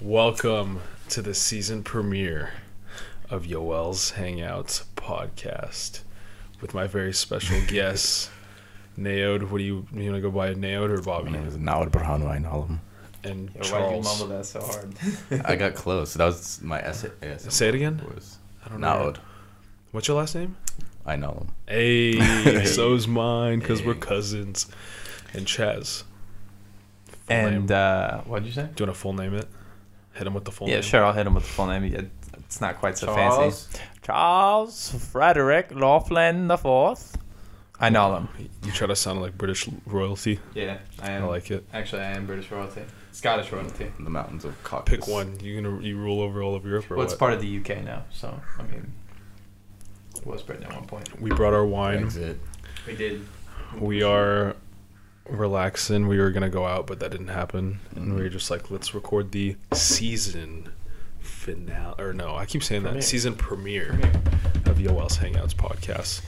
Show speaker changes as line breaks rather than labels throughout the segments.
Welcome to the season premiere of Yoel's Hangouts podcast with my very special guest, Naod. What do you you want to go by, Naod or
My
Bobby?
Mm.
name is Naud Burhanwine Alam.
And
Yo, why you mumble
Charles.
that so hard?
I got close. That was my essay.
Say it again.
Was
I don't know.
Naud.
What's your last name?
I know him.
Hey, so's mine because we're
Hey.
cousins. And Chaz. Full name.
And uh, what did you say?
do you want to full name it? Hit him with the full
Yeah,
name.
sure. I'll hit him with the full name. Yeah, It's not quite so
Charles.
fancy. Charles Frederick Laughlin the Fourth. I know him.
You try to sound like British royalty.
Yeah, I
I
am.
like it.
Actually, I am British royalty, Scottish royalty.
The mountains of Caucasus.
Pick one. You gonna you rule over all of Europe or
Well, it's
what?
part of the UK now, so I mean, was Britain at one point.
We brought our wine.
Exit.
We did.
we are relaxing. We were gonna go out, but that didn't happen, and we
Mhm.
were just like, let's record the season finale. Or no, I keep saying that
Premiere.
season premiere, of Yoel's Hangouts podcast.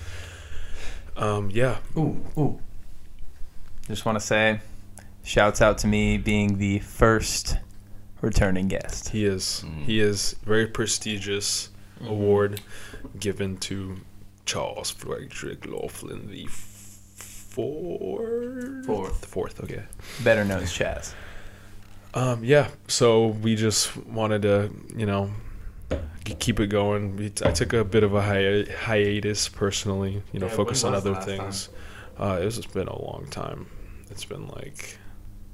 Um, yeah,
Ooh, ooh. Just want to say, shouts out to me being the first returning guest.
he is.
Mhm.
He is very prestigious award given to Charles Frederick Laughlin the fourth.
Fourth.
Fourth. Okay.
Better known as Chaz.
Um, yeah, so we just wanted to, you know, k- keep it going. We, I took a bit of a hi- hiatus personally, you know,
Yeah, when
focus on
was the
other
last time?
things. Uh, it's just been a long time. It's been like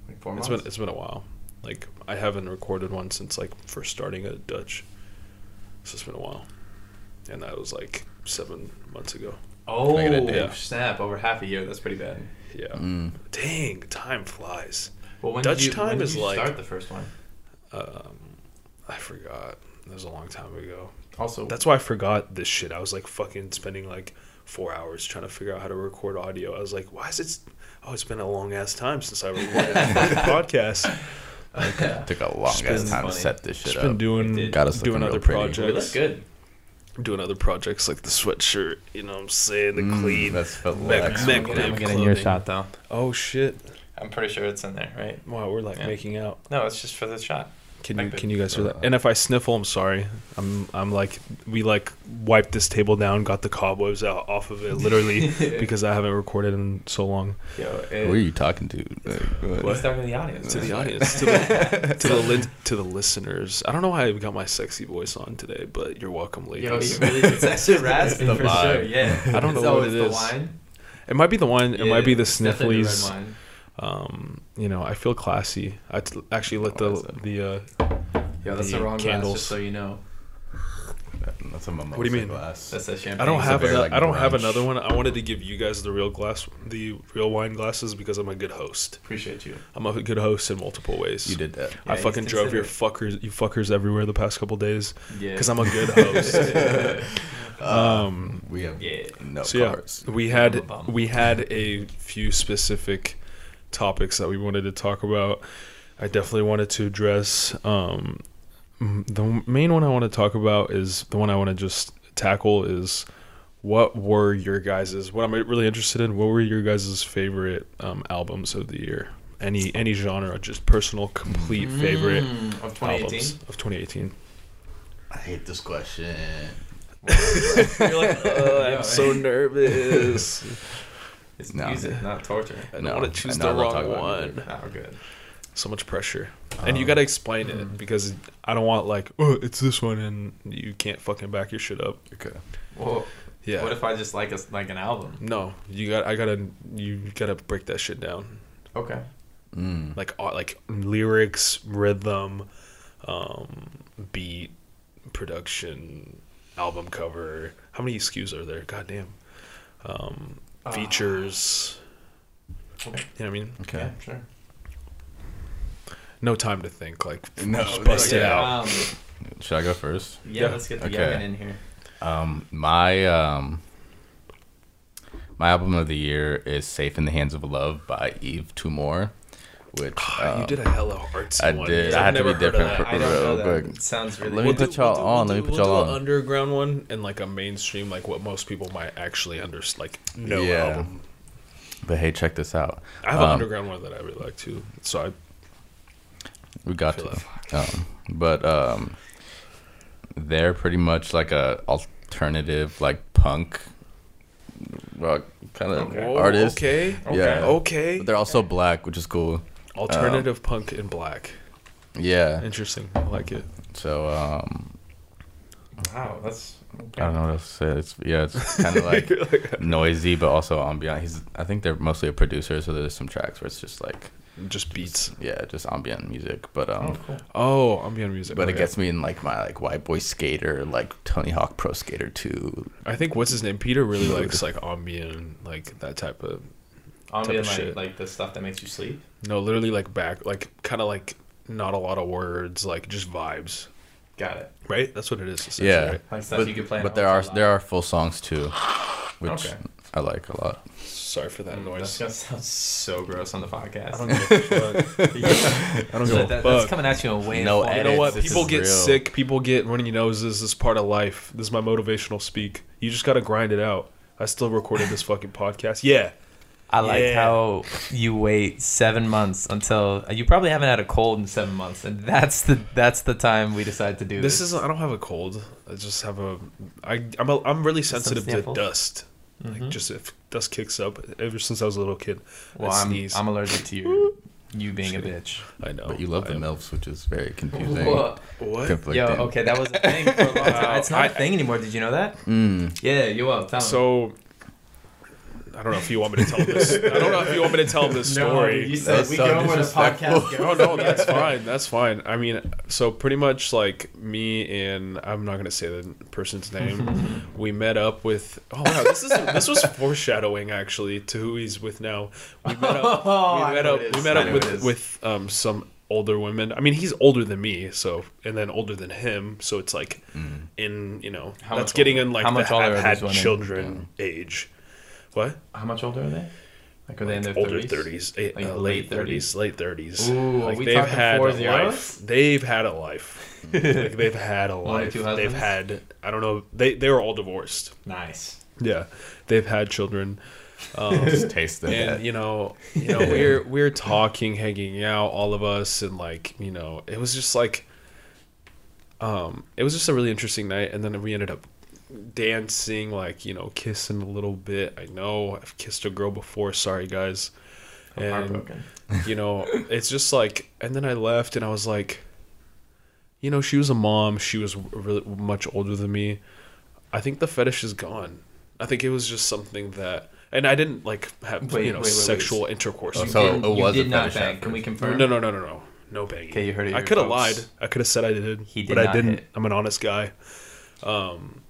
Like four
it's been it's been a while. Like I haven't recorded one since like first starting at Dutch. So it's been a while, and that was like seven months ago.
Oh
Look at it, yeah.
snap! Over half a year. That's pretty bad.
Yeah.
Mm.
Dang, time flies.
Well, when
Dutch
did you,
time
when did
is
you
like-
start the first one.
Um, I forgot. That was a long time ago.
Also,
That's why I forgot this shit. I was like fucking spending like four hours trying to figure out how to record audio. I was like, why is it? Oh, it's been a long ass time since I recorded a fucking podcast.
Took a long ass
It's been
time
funny.
to set this shit
Just
up.
been doing
It
got us
doing
looking
other
real pretty.
we look
projects,
good.
doing other projects like the sweatshirt. You know what I'm saying? The
Mm,
clean.
That's for
Mac-
Lex.
Mac-
I'm
Mac-
gonna get in
clothing.
your shot though.
Oh shit!
I'm pretty sure it's in there, right?
Wow, we're like
Yeah.
making out.
No, it's just for the shot.
Can you
Like the-
can you guys
Uh,
hear that? And if I sniffle, I'm sorry. I'm I'm like we like wiped this table down, got the cobwebs out off of it, literally because I haven't recorded in so long.
Yo,
Who
it,
are you talking to? Like,
He's talking to the audience.
to the
Right.
audience, to the to the, lin- to the listeners. I don't know why I got my sexy voice on today, but you're welcome,
Yo,
ladies.
you really, it's actually raspy
The
for sure.
vibe.
Yeah.
I don't know
so
what
it's
it
the
is.
Wine?
it might be the wine. It
Yeah,
might be the
it's definitely red
snifflies.
wine.
Um, you know, I feel classy. I t- actually let the
Oh, that's it.
the. Uh,
Yo, that's the,
The
wrong glass,
candles.
just so you know.
That's a mimosa
What do you mean?
Glass.
That's that champagne.
I don't
It's a
have
very,
ano-
like,
I don't have
brunch.
another one. I wanted to give you guys the real glass, the real wine glasses, because I'm a good host.
Appreciate you.
I'm a good host in multiple ways.
you did that.
Yeah,
I
he's
fucking drove your
considerate.
fuckers, you fuckers everywhere the past couple days,
Yeah.
because I'm a good host.
Yeah.
um,
We have
Yeah.
no
So, yeah.
cars.
we
I'm a
had
bum.
we had a few specific topics that we wanted to talk about. I definitely wanted to address. Um, m- the main one I want to talk about is the one I want to just tackle is what were your guys's what I'm really interested in. What were your guys's favorite um, albums of the year? Any any genre, just personal, complete favorite
Mm, of 2018.
albums of 2018.
I hate this question.
You're like, uh,
Oh, I'm so nervous.
It's
No.
music, not torture.
I
No,
don't want to choose
I
the
know, we'll talk
wrong
about
one.
it.
Not good.
so much pressure and
Um,
you got to explain
mm.
it because i don't want like oh it's this one and you can't fucking back your shit up
Okay.
Well,
yeah
what if I just like a, like an album?
no you got i gotta you gotta break that shit down
Okay.
Mm.
like au- like lyrics rhythm um beat production album cover how many skus are there god damn um
Uh,
features
okay.
you know what i mean
Okay.
Yeah, sure.
no time to think like
No,
just bust it
yeah.
out
Um,
Should I go first?
yeah,
Yeah.
let's get the
Okay.
Yakin in here.
Um, my um, my album of the year is "Safe in the Hands of Love" by Eve Tumor, which
Ah, you
um,
did a hella artsy
I
one.
did.
because
I
I've
had to be
never heard of that.
different for-
I don't know
Real
that.
quick.
It sounds really.
Let me
We'll
put
do-
y'all
we'll do-
on,
we'll
let me
do-
put
we'll
y'all
do an
on.
underground one and like a mainstream, like what most people might actually understand. Like no
Yeah.
album.
But hey, check this out.
I have an
Um,
underground one that I really like too. So I
We got
Fill
to. Um, but um, they're pretty much like a alternative, like punk rock kind of
Whoa,
artist.
Oh, Okay.
Yeah.
Okay.
But um, they're also black, which is cool.
Alternative punk in black.
Yeah.
Interesting. I like it.
So um,
Wow, that's.
I don't know what else to say. It's yeah, it's kind of like noisy, but also ambient. He's I think they're mostly a producer, so there's some tracks where it's just like
just beats.
yeah, just ambient music. But um,
Oh, ambient music.
but it
okay.
gets me in like my like white boy skater, like Tony Hawk Pro Skater two.
I think what's his name? Peter really likes like ambient, like that type of.
Ambient, like,
shit.
like the stuff that makes you sleep.
No, literally like back, like kind of like not a lot of words, like just vibes.
Got it.
Right. That's what it is. essentially,
Yeah,
right?
Like stuff
but,
you could play. in a
but there are
hotel
there are full songs too, which
Okay.
I like a lot.
Sorry for that
lounge. That's
noise.
gonna sound so gross on the podcast.
I don't
So
know.
that- that's
Fuck.
coming at you in a way.
No
You
of quality.
know
edits.
what?
This
People
is
get
real.
sick. People get running your noses. This is part of life. This is my motivational speak. You just gotta grind it out. I still recorded this fucking podcast. Yeah.
I like
Yeah.
how you wait seven months until uh, you probably haven't had a cold in seven months, and that's the that's the time we decide to do this.
This is. I don't have a cold. I just have a. I. I'm. A, I'm really sensitive to
sniffles?
dust.
Mm-hmm.
Like just if dust kicks up. Ever since I was a little kid,
well,
I
I'm,
sneeze.
I'm allergic to you, you being a bitch.
I know.
But you love
I
the
am-
MILFs, which is very confusing.
Whoa.
What?
conflicting.
Yo, okay, that was a thing for a long time. It's not
I-
a thing anymore. Did you know that?
Mm,
yeah, you will. Tell me.
So. I don't know if you want me to tell this. I don't know if you want me to tell this story.
No, you said
That's
we
so
go where the
disrespectful.
podcast
Oh
goes.
no, that's fine. That's fine. I mean, so pretty much like me and I'm not gonna say the person's name. we met up with. Oh wow, this is this was foreshadowing actually to who he's with now. We met up.
Oh,
we met up. We met up with with um some older women. I mean, he's older than me, so and then older than him. So it's like in you know
How
that's
much
getting
older?
in like
How
the
much older
have
are
had
these women?
children age. What?
How much older are they? Like are they in their
older
30s?
30s, eh,
Like
uh,
late
late 30s, late 30s.
Ooh, are
like
we
they've
talking
had
four
a
zeros?
life. They've had a life. like they've had a life.
two
They've
husbands?
had I don't know, they they were all divorced.
Nice.
Yeah. They've had children.
just taste the
And you know, you know, we're we're talking, hanging out, all of us, and like you know, it was just like, um, it was just a really interesting night. And then we ended up dancing, like you know, kissing a little bit. I know I've kissed a girl before. Sorry, guys.
I'm
And
heartbroken.
you know, it's just like, and then I left, and I was like, you know, she was a mom. She was really much older than me. I think the fetish is gone. I think it was just something that, and I didn't like have
Wait,
you know
wait, wait, wait.
sexual intercourse.
Oh,
with
so
her.
it
you
was
did
a
not
fetish
bang.
at
Can we
first.
confirm?
no, no, no, no, no, no banging.
Okay, you heard it
I
here,
could have
folks.
lied. I could have said I did.
He
but
did
I
not
didn't.
hit.
I'm an honest guy. Um,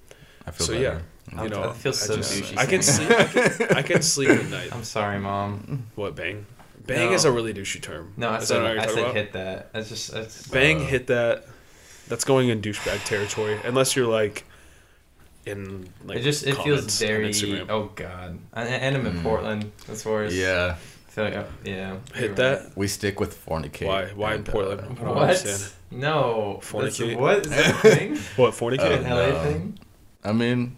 I feel
so
better.
yeah,
I'm-
you know,
I feel so douchey
I can
saying
sleep. I can, I can sleep at night.
I'm sorry, mom.
What bang? Bang
No.
is a really douchey term.
No, I
Is that
said
what you're
I
talking
said
about?
hit that. That's just that's,
Bang hit that. That's going in douchebag territory, unless you're like in like
it just it feels
comments on
very.
Instagram.
Oh God, and, and I'm in Portland. That's worse.
Hmm. Yeah,
I feel like I- yeah. you're
Hit
right.
that.
we stick with fornicate.
Why? Why in
and, uh,
Portland? I don't understand.
What? No. That's,
Fornicate. Oh,
what is that a thing?
What
An
fornicate?
Uh,
LA
no.
thing?
I mean,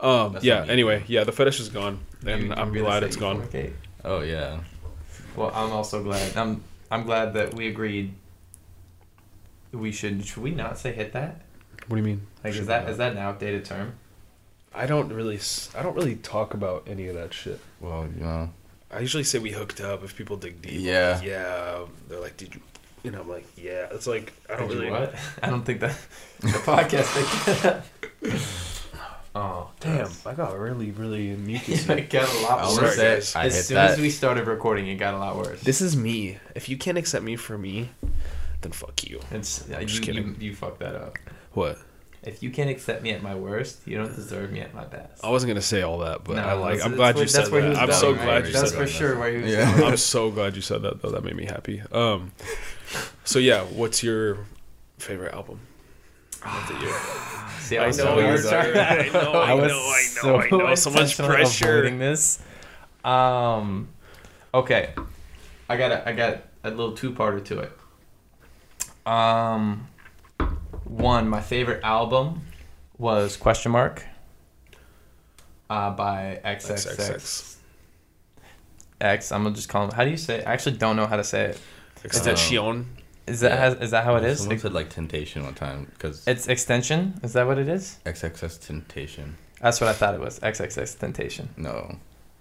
um,
that's
yeah.
not me.
Anyway, yeah, the fetish is gone, and
You- you
I'm
really
glad
say
it's
you
gone.
fornicate?
oh yeah,
Well, I'm also glad. I'm I'm glad that we agreed. We should should we not say hit that?
What do you mean?
Like is
Should
that
we
is that an outdated term?
not? I don't really. s- I don't really talk about any of that shit.
well you know,
I usually say we hooked up if people dig deep. I'm
Yeah.
like, yeah. They're like, did you? You know, I'm like, yeah. It's like I don't
Did you
really.
what? I don't think that the podcast. Think
Oh damn! I got really, really mucus.
it got a lot
I
Sorry,
want
worse.
to say
guys.
I
as
hit
soon
that.
as we started recording, it got a lot worse.
This is me. If you can't accept me for me, then fuck you.
it's yeah,
I'm
you,
just
you
kidding.
you fucked that up.
What?
If you can't accept me at my worst, you don't deserve me at my best.
I wasn't gonna say all that, Oh, but
No,
I like.
that's-
I'm
that's
glad
where-
you said
that's where he
that.
was
I'm
going,
so
right?
glad you
That's
said
for
that.
sure where he was
Yeah.
I'm so glad you said that though. That made me happy. Um, so yeah, what's your favorite album? Of the year?
See,
I
was
know
so-
you're
was
sorry. I know, I
was
know, I know, I know. So much
intentional
pressure.
avoiding this. Um, okay, I got a, I got a little two-parter to it. Um, one, my favorite album was Question Mark. Uh, by XXX.
XXX.
X. I'm gonna just call him. How do you say? I actually don't know how to say it.
Is that Shion?
Is that
Yeah.
has, is that how it is?
Someone said like Temptation one time because
It's extension. Is that what it is?
XXX Temptation.
That's what I thought it was. XXX Temptation.
No,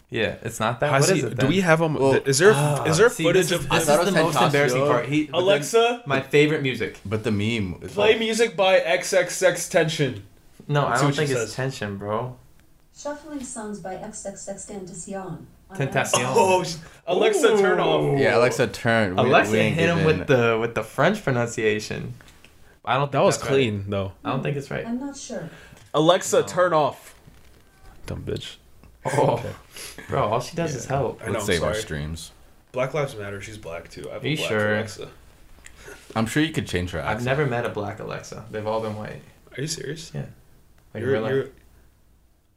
Yeah, it's not that.
How
what
is
is
he,
it?
do
then? ah,
we have him?
Well,
is there is there
see,
footage
this is-
of
I
him?
this is
it
the
was
most
Tentacion.
embarrassing part. He, but then- Oh.
Alexa,
my favorite music.
but the meme. is,
play
like-
music by XXX Tension.
No,
Let's
I
see
don't
what she
think it's
says.
tension, bro.
Shuffling songs by XXX Tentacion. on
Tentacion.
Oh, sh- Alexa, turn off.
Yeah, Alexa turned. We-
Alexa
we ain't
hit him
giving-
with the with the French pronunciation. I don't. Think
That was
that's
clean though.
Right. I don't think it's right.
I'm not sure.
Alexa,
No.
turn off. Dumb bitch.
Oh, bro, all she does
Yeah.
is help.
I know,
Let's
I'm
save our
sorry.
streams.
Black Lives Matter. She's black too. I have
Are you
black
sure?
Alexa.
I'm sure you could change her
I've
accent.
never met a black Alexa. They've all been white.
Are you serious?
Like,
You're-
real life.
you're-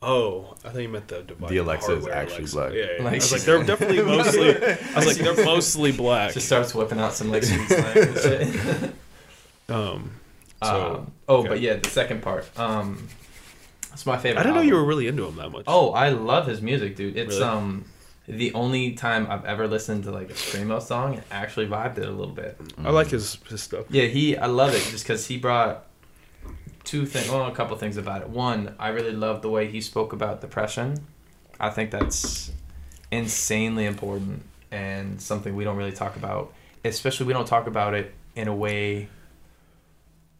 oh, I thought you meant the device.
The Alexa is
hardware
actually
Alexa.
black.
Yeah, yeah, yeah.
Like
I was
she-
like, they're definitely mostly. I was like, they're mostly black.
She starts whipping out some like sweet slang and shit.
Um, so
um, oh,
okay.
but yeah, the second part. Um, it's my favorite.
I didn't know you
album.
were really into him that much.
Oh, I love his music, dude. It's
Really?
um the only time I've ever listened to like a screamo song and actually vibed it a little bit.
I like his, his stuff.
Yeah, he. I love it just because he brought two things. Well, a couple things about it. One, I really love the way he spoke about depression. I think that's insanely important and something we don't really talk about. Especially we don't talk about it in a way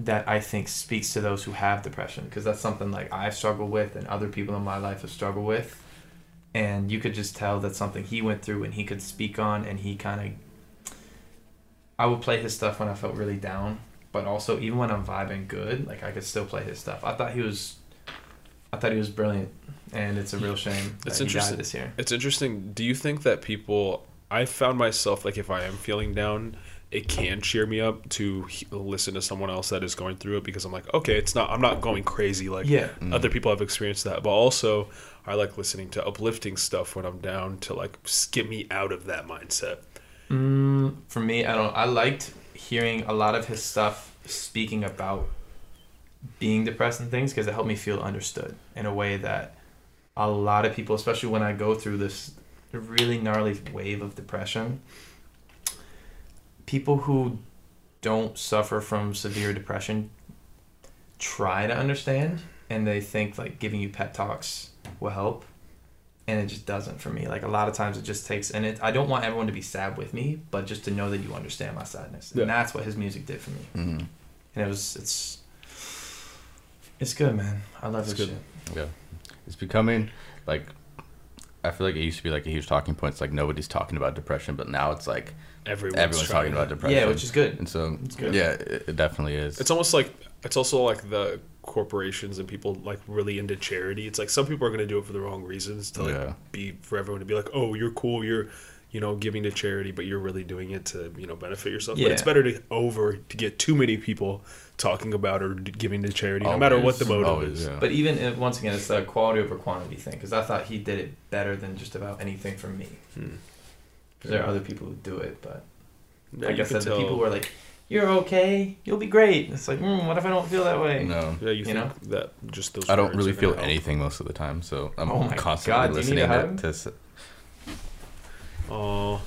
that I think speaks to those who have depression because that's something like I've struggled with and other people in my life have struggled with. And you could just tell that's something he went through and he could speak on and he kind of I would play his stuff when I felt really down, but also even when I'm vibing good, like I could still play his stuff. I thought he was, I thought he was brilliant, and it's a real shame
It's
that he
interesting.
died this year.
It's interesting. Do you think that people? I found myself like if I am feeling down, it can cheer me up to he- listen to someone else that is going through it because I'm like, okay, it's not. I'm not going crazy like
Yeah.
Mm-hmm.
other people have experienced that. But also, I like listening to uplifting stuff when I'm down to like s- get me out of that mindset.
Mm, for me, I don't. I liked hearing a lot of his stuff speaking about being depressed and things because it helped me feel understood in a way that a lot of people, especially when I go through this really gnarly wave of depression, people who don't suffer from severe depression try to understand and they think like giving you pep talks will help and it just doesn't for me. Like a lot of times, it just takes, and it, I don't want everyone to be sad with me, but just to know that you understand my sadness,
Yeah.
and that's what his music did for me.
hmm
And it was, it's, it's good, man. I love
It's
this
good.
shit.
Yeah, it's becoming like I feel like it used to be like a huge talking point. It's like nobody's talking about depression, but now it's like
Everyone's,
everyone's
trying
talking
to-
about depression.
Yeah, which is good.
and so
It's good.
yeah, it, it definitely is.
It's almost like it's also like the corporations and people like really into charity. It's like some people are going to do it for the wrong reasons to like
Yeah.
be for everyone to be like, "Oh, you're cool, you're you know giving to charity, but you're really doing it to, you know, benefit yourself." But it's
Yeah.
better to over to get too many people talking about or d- giving to charity no matter what the
Always,
motive
always,
is.
yeah.
But even if, once again, it's the quality over quantity thing because I thought he did it better than just about anything for me.
Hmm.
'Cause There are other people who do it, but
Yeah,
like
you
I said,
can
the people
tell-
who are like, "You're okay, you'll be great." It's like, mm, what if I don't feel that way?
no,
yeah, you,
you
think
know?
that just those
I don't
words
really
are gonna
feel
help.
anything most of the time. So I'm
Oh my
constantly
God, do you need
listening
a hug?
to, to. s-
Oh.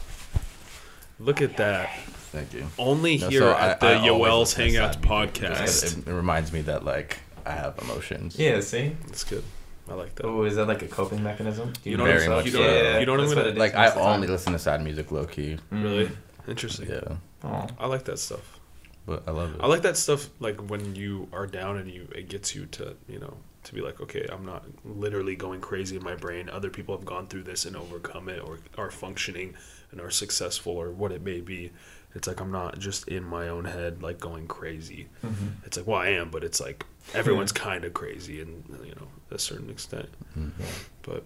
Look at that.
Thank you.
Only
No,
here
so
at
I-
the
I always
Yoel's
listen to
Hangouts
sad music just 'cause
podcast.
It, it reminds me that like I have emotions.
Yeah. See.
That's good. I like that.
Oh, is that like a coping mechanism? Do
You
know
know
what
what
I'm
I'm
Very saying?
saying?
much
You know,
You know what- so.
you know what I'm
what I'm
That's what
gonna
gonna- it
Like
Most
I
of the time. Mm-hmm.
only listen to sad music low key.
really interesting.
Yeah,
Oh.
I like that stuff.
but I love it.
I like that stuff. Like when you are down and you, it gets you to you know to be like, okay, I'm not literally going crazy in my brain. Other people have gone through this and overcome it, or are functioning and are successful, or what it may be. It's like I'm not just in my own head, like going crazy.
Mm-hmm.
It's like, well, I am, but it's like everyone's kind of crazy, and you know, a certain extent.
Mhm.
But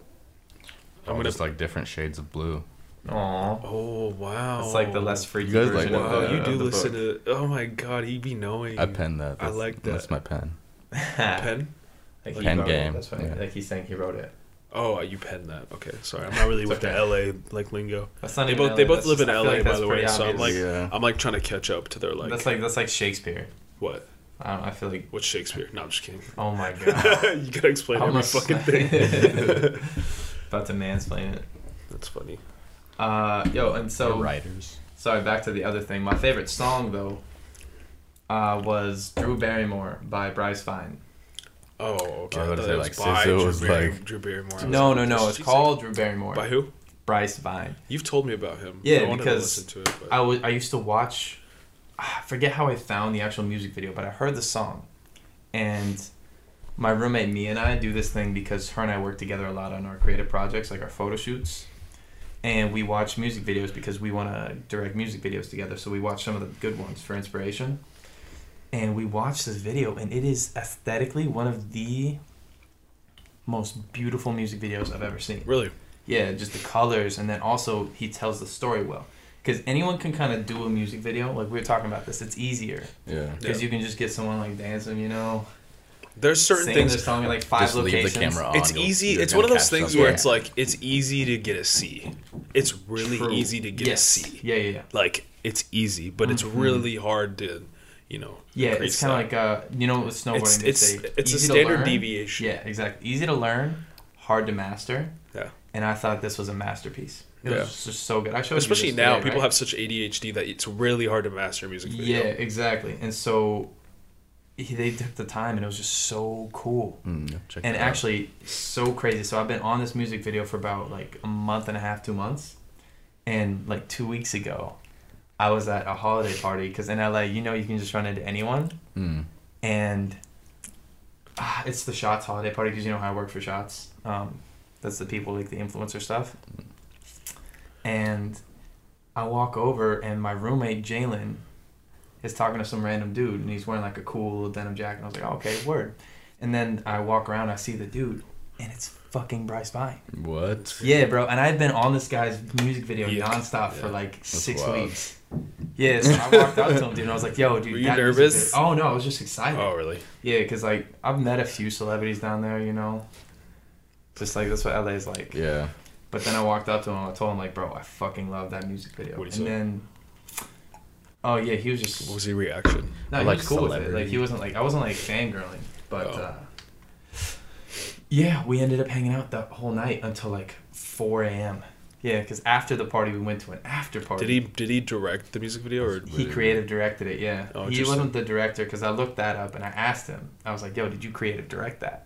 I'm
I'm gonna.
just like different shades of blue.
Aw.
oh wow!
It's like the less freaky
You guys like
version
that,
Wow,
of the,
Oh. you do
of the
listen
book.
to. Oh my god, he be knowing.
I penned that.
I like
That's
that.
my pen.
pen.
Like
Pen
wrote it,
game,
That's what
yeah.
like he's saying he wrote it.
Oh, you pen that. Okay, sorry. I'm not really with the LA like lingo.
That's not
They
even
both- they
LA,
both
that's
live
just-
in
I feel
LA,
like
by
that's
the way,
pretty
so I'm
obvious.
yeah.
I'm like uh, trying to catch up to their like.
that's like that's like Shakespeare.
what?
I don't. know, I feel like.
What's Shakespeare? No, I'm just kidding.
Oh my god.
you gotta explain every
Almost-
fucking thing.
About to mansplain it.
That's funny.
Uh, yo, and so
writers.
Sorry, back to the other thing. My favorite song though uh, was Drew Barrymore by Bryce Fine.
Oh, okay.
I was
I
gonna
thought
say,
it
like, SZA was
Drew Barry-
like-
Drew Barrymore. I was
No,
like,
no,
does
no. It's
she
called Drew Barrymore.
sing- by who?
Bryce Vine.
You've told me about him.
Yeah,
I wanted
because
to listen to it, but
I wa- I used to watch. I forget how I found the actual music video, but I heard the song, and my roommate Mia and I do this thing because her and I work together a lot on our creative projects, like our photo shoots, and we watch music videos because we want to direct music videos together. So we watch some of the good ones for inspiration, and we watched this video, and it is aesthetically one of the most beautiful music videos I've ever seen.
really,
Yeah, just the colors, and then also he tells the story well. Because anyone can kind of do a music video, like we were talking about this. It's easier
Yeah.
because
Yeah.
you can just get someone like dancing, you know,
there's certain
singing
things.
their song in like five
Just
locations.
leave the camera on.
It's
you'll-
easy.
you're
It's
gonna
one of those
catch
things
something.
where it's like it's easy to get a C. It's really
True.
easy to get
Yes.
a C.
Yeah, yeah, yeah.
Like it's easy, but it's really hard to, you know.
Mm-hmm. Yeah,
increase
it's kind of
that.
like uh, you know, with snowboarding.
It's-
they
it's-
say
it's a
easy to
standard
learn.
deviation.
Yeah, exactly. Easy to learn, hard to master.
Yeah.
And I thought this was a masterpiece. It
Yeah.
was just so good. I showed you
especially
this
now
today,
people
right?
have such ADHD that it's really hard to master a music video.
Yeah, exactly. And so he, they took the time, and it was just so cool.
Mm, yeah, check
and
that out.
actually so crazy. So I've been on this music video for about like a month and a half, two months, and like two weeks ago, I was at a holiday party because in LA, you know, you can just run into anyone,
Mm.
and ah, it's the Shots holiday party because you know how I work for Shots. Um, that's the people like the influencer stuff, and I walk over and my roommate Jalen is talking to some random dude and he's wearing like a cool little denim jacket. And I was like, oh, okay, word. And then I walk around, I see the dude, and it's fucking Bryce Vine.
What?
Yeah, bro. And I've been on this guy's music video
Yeah.
nonstop for like six
wild.
weeks. Yeah, so I walked up to him, dude, and I was like, yo, dude.
Were you
that music
nervous?
video- Oh, no, I was just excited.
Oh really?
Yeah, because like I've met a few celebrities down there, you know. Just like that's what LA is like.
Yeah.
But then I walked up to him and I told him like, bro, I fucking love that music video.
What'd
and
he say?
then, oh yeah, he was just
What was your reaction?
no,
I
he
like
was cool with it. Like
celebrity.
he wasn't like I wasn't like fangirling, but
Oh.
uh, yeah, we ended up hanging out that whole night until like four a.m. Yeah, because after the party we went to an after party.
Did he did he direct the music video or
He creative directed it. Yeah,
Oh,
he
interesting.
wasn't the director because I looked that up and I asked him. I was like, "Yo, did you creative direct that?"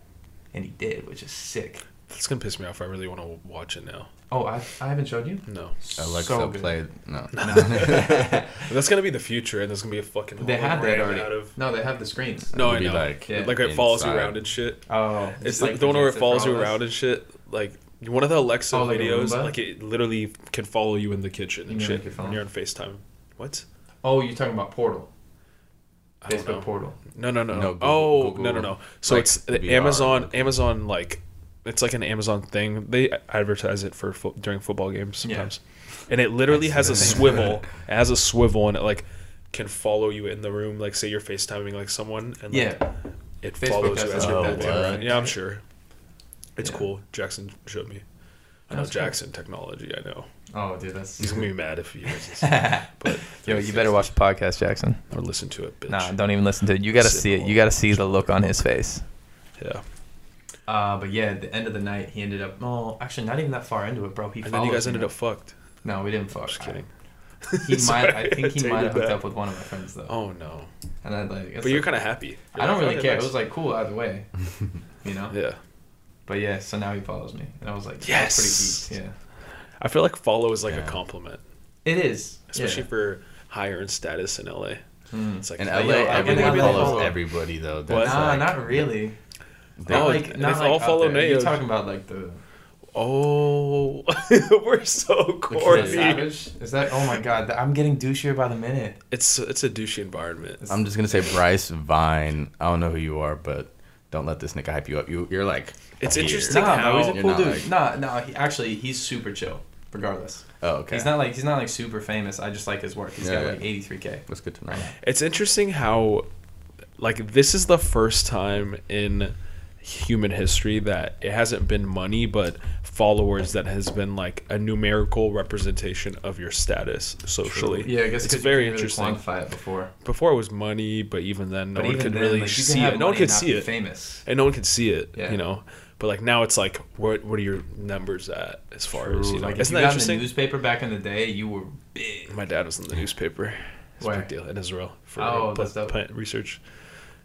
And he did, which is sick.
That's gonna piss me off. I really want to watch it now.
Oh, I, I haven't showed you.
No,
Alexa
so good.
played. No.
And that's gonna be the future, and there's gonna be a fucking.
They
whole
had that
brand
already.
Out of,
No, they have the screens.
no, I
It'd be
know. Like,
like,
Yeah.
it follows you
inside.
around and shit.
Oh,
It's
just
like the one
Jets
where it
did for
follows you
all of us.
around and shit. Like one of the Alexa
Oh, like a
videos,
Roomba?
like it literally can follow you in the kitchen and
mean
shit
like your phone?
when you're on Facetime. What?
Oh, you're talking about Portal,
I don't know.
Facebook Portal.
No, no, no, no.
No, Google-
oh,
Google,
no, no, no. So
like,
it's the
VR
Amazon,
looking.
Amazon like, it's like an Amazon thing. They advertise it for fo- during football games
Yeah.
sometimes, and it literally has a swivel, it has a swivel, and it like can follow you in the room. Like, say you're FaceTiming like someone, and like,
Yeah,
it
Facebook
follows you
does
as
that
you're
too.
walking
Oh,
around.
what?
Yeah, I'm sure. It's
Yeah.
cool. Jackson showed me. I know
That's cool.
Jackson technology. I know
Oh, dude, that's.
he's gonna be mad if he hears this
Yo, you better watch the podcast, Jackson.
or listen to it, bitch.
Nah, don't even listen to it. You gotta see it. You gotta see the look on his face.
Yeah,
Uh, but yeah, at the end of the night, he ended up. Oh, actually, not even that far into it, bro. He
and then you
followed
guys
me.
ended up fucked.
No, we didn't fuck.
Just kidding.
He
Sorry,
might. I think he
take
might
it
have hooked
back.
up with one of my friends though.
Oh no.
And I like.
But you're kind of happy.
I don't really care. It was like cool either way. You know.
yeah.
But yeah, so now he follows me, and I was like,
Yes!
that's pretty deep.
I feel like follow is like
Yeah.
a compliment,
Yeah. It is.
especially
Yeah.
for higher in status in LA.
Mm.
It's like
In
oh,
LA,
yo, I
everyone
wanna
everybody
be
follows
like-
follows
follow.
everybody though.
What?
That's
Nah,
like,
not really.
they-
Not
Oh,
like,
they
not
all
like out
follow
there. You're
Neo.
talking about like the
Oh, we're so
or the
corny.
savage. Is that? Oh my god! I'm getting douchier by the minute.
It's it's a douchey environment.
I'm just gonna say Bryce Vine. I don't know who you are, but don't let this nigga hype you up. You, you're like.
It's
here.
interesting.
Nah,
how-
bro, he's a
You're
cool
not
dude.
like-
nah, nah. He, actually, he's super chill. Regardless,
Oh, okay.
he's not like he's not like super famous. I just like his work. He's
Yeah,
got
yeah.
like 83k.
That's good to know.
It's interesting how, like, this is the first time in human history that it hasn't been money, but followers that has been like a numerical representation of your status socially.
Yeah, I guess
it's
'cause you
very
couldn't really
interesting.
Quantify it before,
before it was money, but even then, no
but
one
even
could
then,
really
like, you can
see
have
it. No one
money
could
and not
see
be
it,
Famous.
and no one could see it.
Yeah.
You know, But like now it's like what what are your numbers at as far as you know?
Like, if
isn't that
you got in the
interesting?
newspaper back in the day, you were big.
My dad was in the newspaper. It's a
Where?
big deal in Israel for
Oh,
pla-
that's dope.
plant research.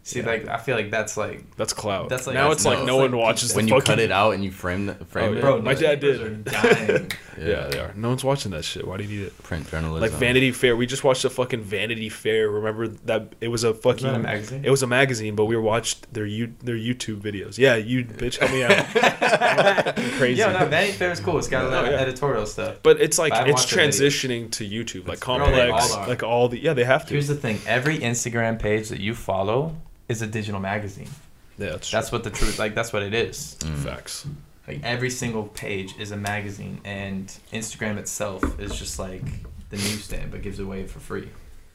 See, like I feel like that's like
That's clout.
That's like-
now
that's
it's like
nuts.
no
It's
one
like-
watches
when
the
you
fucking,
cut it out and you frame the frame
Oh,
it.
yeah.
bro.
My dad
newspapers
did.
Are dying.
Yeah. they are. No one's watching that shit. Why do you need it?
Print journalism.
Like Vanity Fair. We just watched a fucking Vanity Fair. Remember that it was a fucking
a magazine?
It was a magazine, but we watched their you their YouTube videos. Yeah, you bitch, help me out. Crazy.
yeah, no, Vanity Fair is cool. It's got a lot
Oh, Yeah.
of editorial stuff.
But it's like
But I
it's
watch the video.
transitioning to YouTube, like
bro, they
complex,
all are.
like all the yeah they have to.
Here's the thing: every Instagram page that you follow is a digital magazine.
yeah, that's,
That's what the truth. Like that's what it is.
Mm.
true. facts.
Like every single page is a magazine, and Instagram itself is just like the newsstand, but gives it away for free.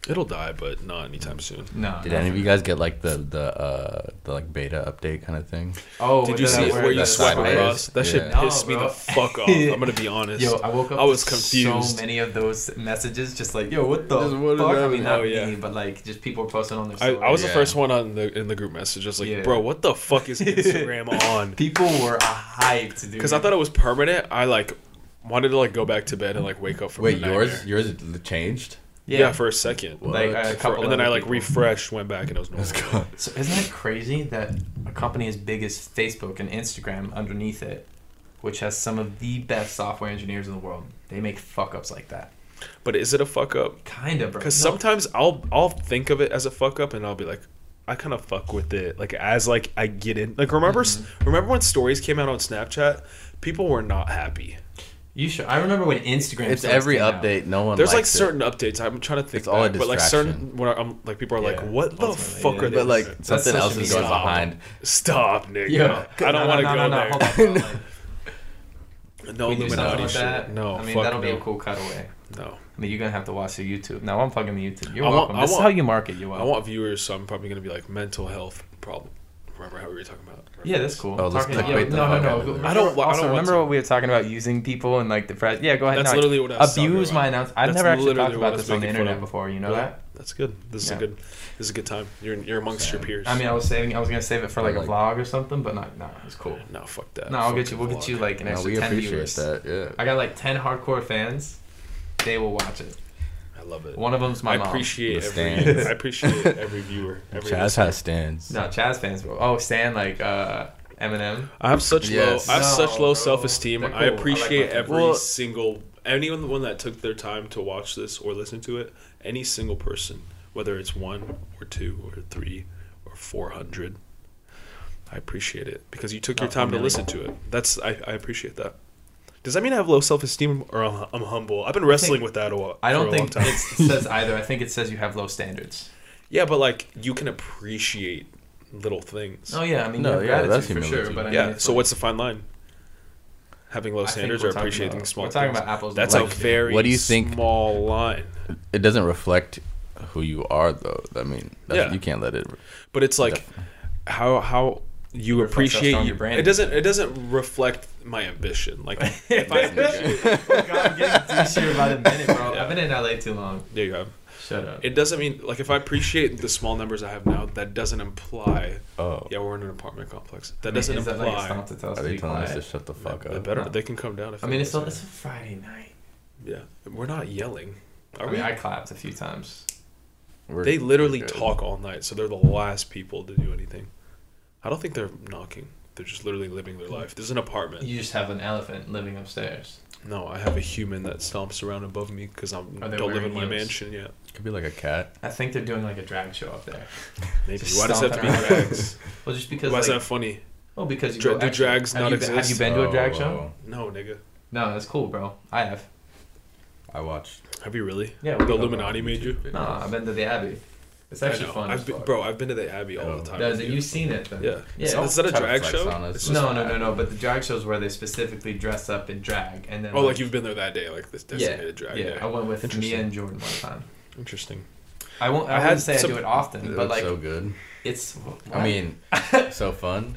It'll die, but not anytime soon.
No.
Did any of you guys get like the the uh the like beta update kind of thing?
Oh,
Did you
the-
see
where
where you
the
swipe
swipe
across?
is?
That shit
Yeah.
pissed
No,
me
bro.
the fuck off. I'm gonna be honest.
Yo, I woke up.
I was
to
confused.
So many of those messages, just like, yo, what the
Just what is
fuck? I
happening?
mean, not
Oh, yeah.
me, but like, just people were posting on their.
I,
Story.
I was the
Yeah.
first one on the in the group message. Just like,
Yeah.
bro, what the fuck is Instagram on?
People were hyped, dude.
Because I thought it was permanent. I like wanted to like go back to bed and like wake up from
Wait,
the
yours
nightmare.
yours changed?
Yeah. for a second.
What?
like a
For-
couple.
and then
other
I like
people.
refreshed, went back, and it was normal.
go.
So isn't it crazy that a company as big as Facebook and Instagram underneath it, which has some of the best software engineers in the world, they make fuck ups like that?
But is it a fuck up?
Kind of, bro.
Because
No,
sometimes I'll I'll think of it as a fuck up, and I'll be like, I kind of fuck with it. Like as like I get in. Like remember s
Mm-hmm.
remember when stories came out on Snapchat, people were not happy.
you should. I remember when Instagram.
It's
first
every
came out.
update. No one.
There's like
likes it.
certain updates. I'm trying to think,
It's all a
back, but like certain when I'm like people are like,
Yeah,
what the
ultimately,
fuck
yeah.
are they?
But like
doing?
something
social
else is
media.
going behind.
stop, nigga.
Yeah,
I don't want to
no,
go
no, no,
there.
hold on, hold on.
No
We do something
Illuminati
like
shit.
that.
No,
I mean
fuck
that'll
no.
be a cool cutaway.
no.
I mean, you're gonna have to watch the YouTube. No, I'm plugging the YouTube. You're
I want-
welcome.
I
this
want-
is how you market. You
I
are.
want viewers, so I'm probably gonna be like mental health problem. Remember how we were talking about?
Yeah, that's cool.
Oh, let's
Talking-
clickbait the
no,
fuck out
no,
of
no.
it.
I don't wa- I
Also,
don't want
remember
to.
what we were talking about using people and like the press. Yeah, go ahead.
That's
no,
literally what I was talking
abuse
about.
my announcement. I've
That's
never actually
literally
talked
what I
about
was
this on the
making fun
internet
of.
before. You know
Really?
that?
That's good. This is
Yeah.
a good. This is a good time. You're you're amongst your peers.
I mean, I was saving. I was gonna save it for like a
Like-
vlog or something, but not. No, it's cool.
no, fuck that.
No, I'll get
Fucking
you. We'll get
vlog.
you like an
No,
extra
we
ten
appreciate
viewers.
that. Yeah.
I got like ten hardcore fans. They will watch it.
I love it.
One of them's my
I
mom.
appreciate
The
every.
stands.
I appreciate every viewer. Every
Chaz
listener.
has stands.
No, Chaz fans will. Oh, Stan like uh, Eminem.
I have such
Yes.
low. I have
No,
such low
bro.
self esteem.
They're cool.
I
I like
appreciate
my friends.
every
Well-
single anyone the one that took their time to watch this or listen to it. Any single person, whether it's one or two or three or four hundred. I appreciate it because you took your
Not
time to
really.
listen to it. That's I, I appreciate that. Does that mean I have low self esteem or I'm, I'm humble? I've been wrestling with that a lot.
I
for
don't
a
think
long time.
it's- it says either. I think it says you have low standards.
Yeah, but like you can appreciate little things.
Oh yeah, I mean,
No,
you have
yeah,
gratitude
that's
for sure.
humility.
But I
yeah.
mean, it's
so
like-
what's the fine line? Having low
I think
standards
we're
or
talking
appreciating
about-
small.
We're talking
things.
about apples. and
That's a
oranges.
very
what do you think-
small line.
It doesn't reflect who you are though. I mean, that's,
Yeah.
you can't let it.
But it's like how how you
Reflects how
appreciate
strong
you,
your brand
it
is.
doesn't it doesn't reflect my ambition. Like if I
Oh, God, I'm getting douchier by the minute, bro.
Yeah.
I've been in LA too long.
there you go.
Shut up.
It doesn't mean like if I appreciate the small numbers I have now, that doesn't imply
Oh,
yeah, we're in an apartment complex. That doesn't
is that
imply
like a stop to tell us
are
to
they
be
telling us to
quiet?
shut the fuck
they
up?
better
No.
they can come down if
I
they
mean,
want
it's,
to.
a- it's a Friday night.
Yeah, we're not yelling. Are
I
we?
mean, I clapped a few times.
We're-
they literally
we're good.
talk all night, so they're the last people to do anything. I don't think they're knocking. They're just literally living their life. There's an apartment.
You just have an elephant living upstairs.
No, I have a human that stomps around above me because I
Are they
don't live in
wearing
my
heels?
mansion yet.
Could be like a cat.
I think they're doing like a drag show up there.
Maybe.
Just
Why does it have to be
stomping around.
drags?
Well, just
Why
because.
is
like,
that funny?
well, because you
Dra-
go
do
extra-
drags
have
not
you been- Have you
exist?
been to a drag
Oh,
show?
No, nigga.
No, that's cool, bro. I have.
I watched.
Have you really?
Yeah.
The
we-
Illuminati made you?
No, I've been to the Abbey. It's actually
I know.
fun.
I've
as
been-
fuck.
bro, I've been to the Abbey all
Oh.
the time.
Does it- You've seen it then?
Yeah.
Yeah. Oh,
Is-
I'll
Is that a
try to
drag
flex on
show?
us.
It's just-
No, no, no, no. But the drag shows where they specifically dress up in drag, and then
Oh, like you've been there that day, like this designated drag
yeah. I
day.
went with me
Interesting.
and Jordan one time.
Interesting.
I won't.
I
I,
had
wouldn't say
some-
I do it often,
It
but
was
like
so good.
it's.
I mean, so fun.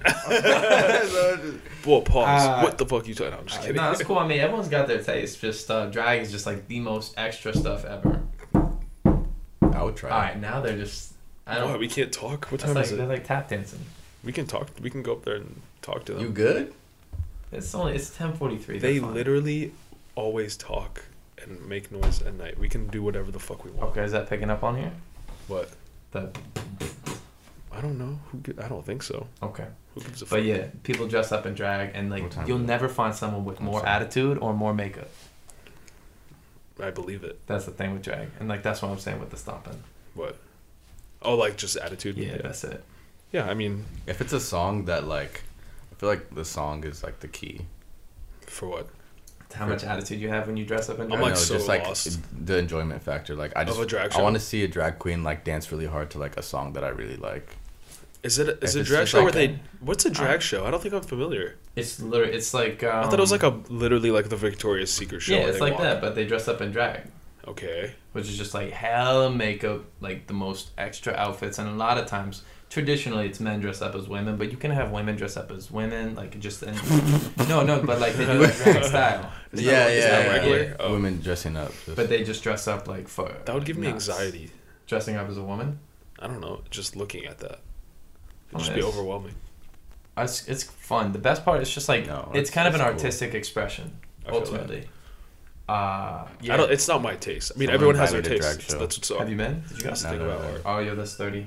Well, pause.
Uh,
what the fuck you talking? No, I'm just kidding.
no, it's cool. I mean, everyone's got their taste. Just uh, drag is just like the most extra stuff ever.
I would try.
All right, now they're just. I
Why,
don't.
we can't talk. What
That's
time
like,
is
they're
it?
like tap dancing.
We can talk. We can go up there and talk to them.
You good?
It's only it's ten forty three.
they literally always talk and make noise at night. We can do whatever the fuck we want.
Oh, Okay, is that picking up on here?
What?
The
I don't know. Who? gi- I don't think so.
okay.
Who gives a fuck?
But yeah, people dress up in drag, and like
What time
you'll
is it?
never find someone with more
sorry.
attitude or more makeup.
I believe it.
That's the thing with drag, and like that's what I'm saying with the stomping.
What? Oh, like just attitude.
Yeah,
Yeah.
that's it.
Yeah, I mean,
If it's a song that like, I feel like the song is like the key.
for what?
It's how much attitude you have when you dress up in
I'm
drag.
like
No,
so
just like
lost.
the enjoyment factor. Like I
Of
just
a drag
I
show.
want to see a drag queen like dance really hard to like a song that I really like.
Is it is
If
a
it's
drag
just
show
like
where
a-
they? What's a drag show? I don't think I'm familiar.
it's literally it's like um,
I thought it was like a literally like the Victoria's Secret show.
yeah,
where
it's
they
like
walk.
that, but they dress up in drag,
Okay.
which is just like hella makeup, like the most extra outfits, and a lot of times. Traditionally, it's men dress up as women, but you can have women dress up as women, like just in, no, no, but like they do it drag style,
Is that- is that regular? Oh.
Women dressing up. Just,
but they just dress up like for
That would give me
nuts.
anxiety.
Dressing up as a woman,
I don't know. Just looking at that, it'd just
Oh,
be
yes.
overwhelming.
it's, it's fun. The best part is just like
No,
it's
that's-
kind of an
that's cool.
artistic expression
I feel that.
ultimately. Uh, yeah.
I don't, it's not my taste. I mean,
Someone
everyone has their taste.
invited a drag
That's
show.
that's what's up.
Have you been? Did
You
you go?
guys
No,
think
no,
about
no.
art.
Oh, yo, that's thirty.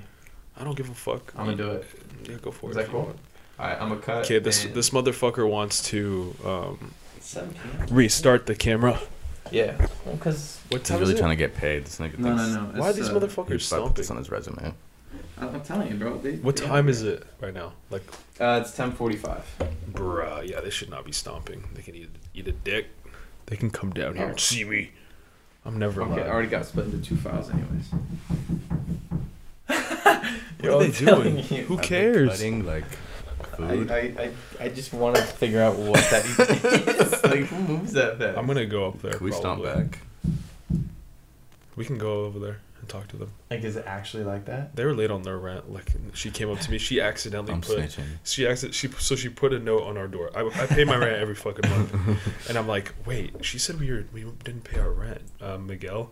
I don't give a fuck.
I'm gonna do it.
Yeah, go for
Is
it.
that
if you
cool?
want.
All right, I'm gonna cut.
Okay, this
and-
this motherfucker wants to um,
Seventeen.
restart the camera.
Yeah. Well, cause
What
He's
time
really
is
trying to get paid. This nigga
No,
thinks-
no,
it?
no.
Why are
it's,
these
uh,
motherfuckers
He's about to put this
stomping?
on his resume.
I- I'm telling you, bro. They,
What
they-
time is it right now? Like,
Uh, it's ten forty-five.
bruh, yeah, they should not be stomping. They can eat, eat a dick. They can come down here and see me. I'm never
Okay, I
allowed.
already got split into two files, anyways.
What are they doing? Who
I've been
cares?
Cutting, like food.
I, I, I just want to figure out what that
it's like who moves that fast?
I'm gonna go up there.
Can we stomp
probably.
back?
We can go over there and talk to them.
Like, is it actually like that?
They were late on their rent. Like she came up to me. She accidentally
I'm
put.
snitching.
She accident. She so she put a note on our door. I, I pay my rent every fucking month, and I'm like, wait. She said we were we didn't pay our rent, uh, Miguel,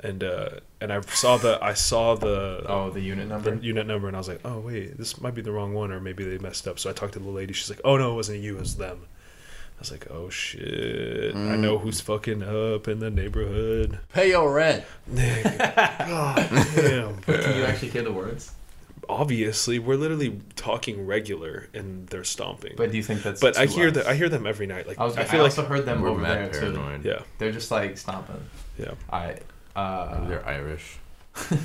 and uh, and I saw the I saw the
Oh, the unit number.
the unit number, and I was like, oh wait, this might be the wrong one, or maybe they messed up. So I talked to the lady. She's like, oh no, it wasn't you, it was them. I was like, oh shit, I
Mm.
know who's fucking up in the neighborhood.
Pay your rent.
Nigga. God damn.
Can you actually hear the words?
obviously we're literally talking regular and they're stomping but,
But do you think that's?
i
too
hear
loud?
that i hear them every night like
I
i,
was. Gonna, I,
feel like
also heard them
We're
over there
mad
too.
paranoid.
yeah
They're just like stomping.
yeah
All right.
Maybe
Uh,
they're Irish.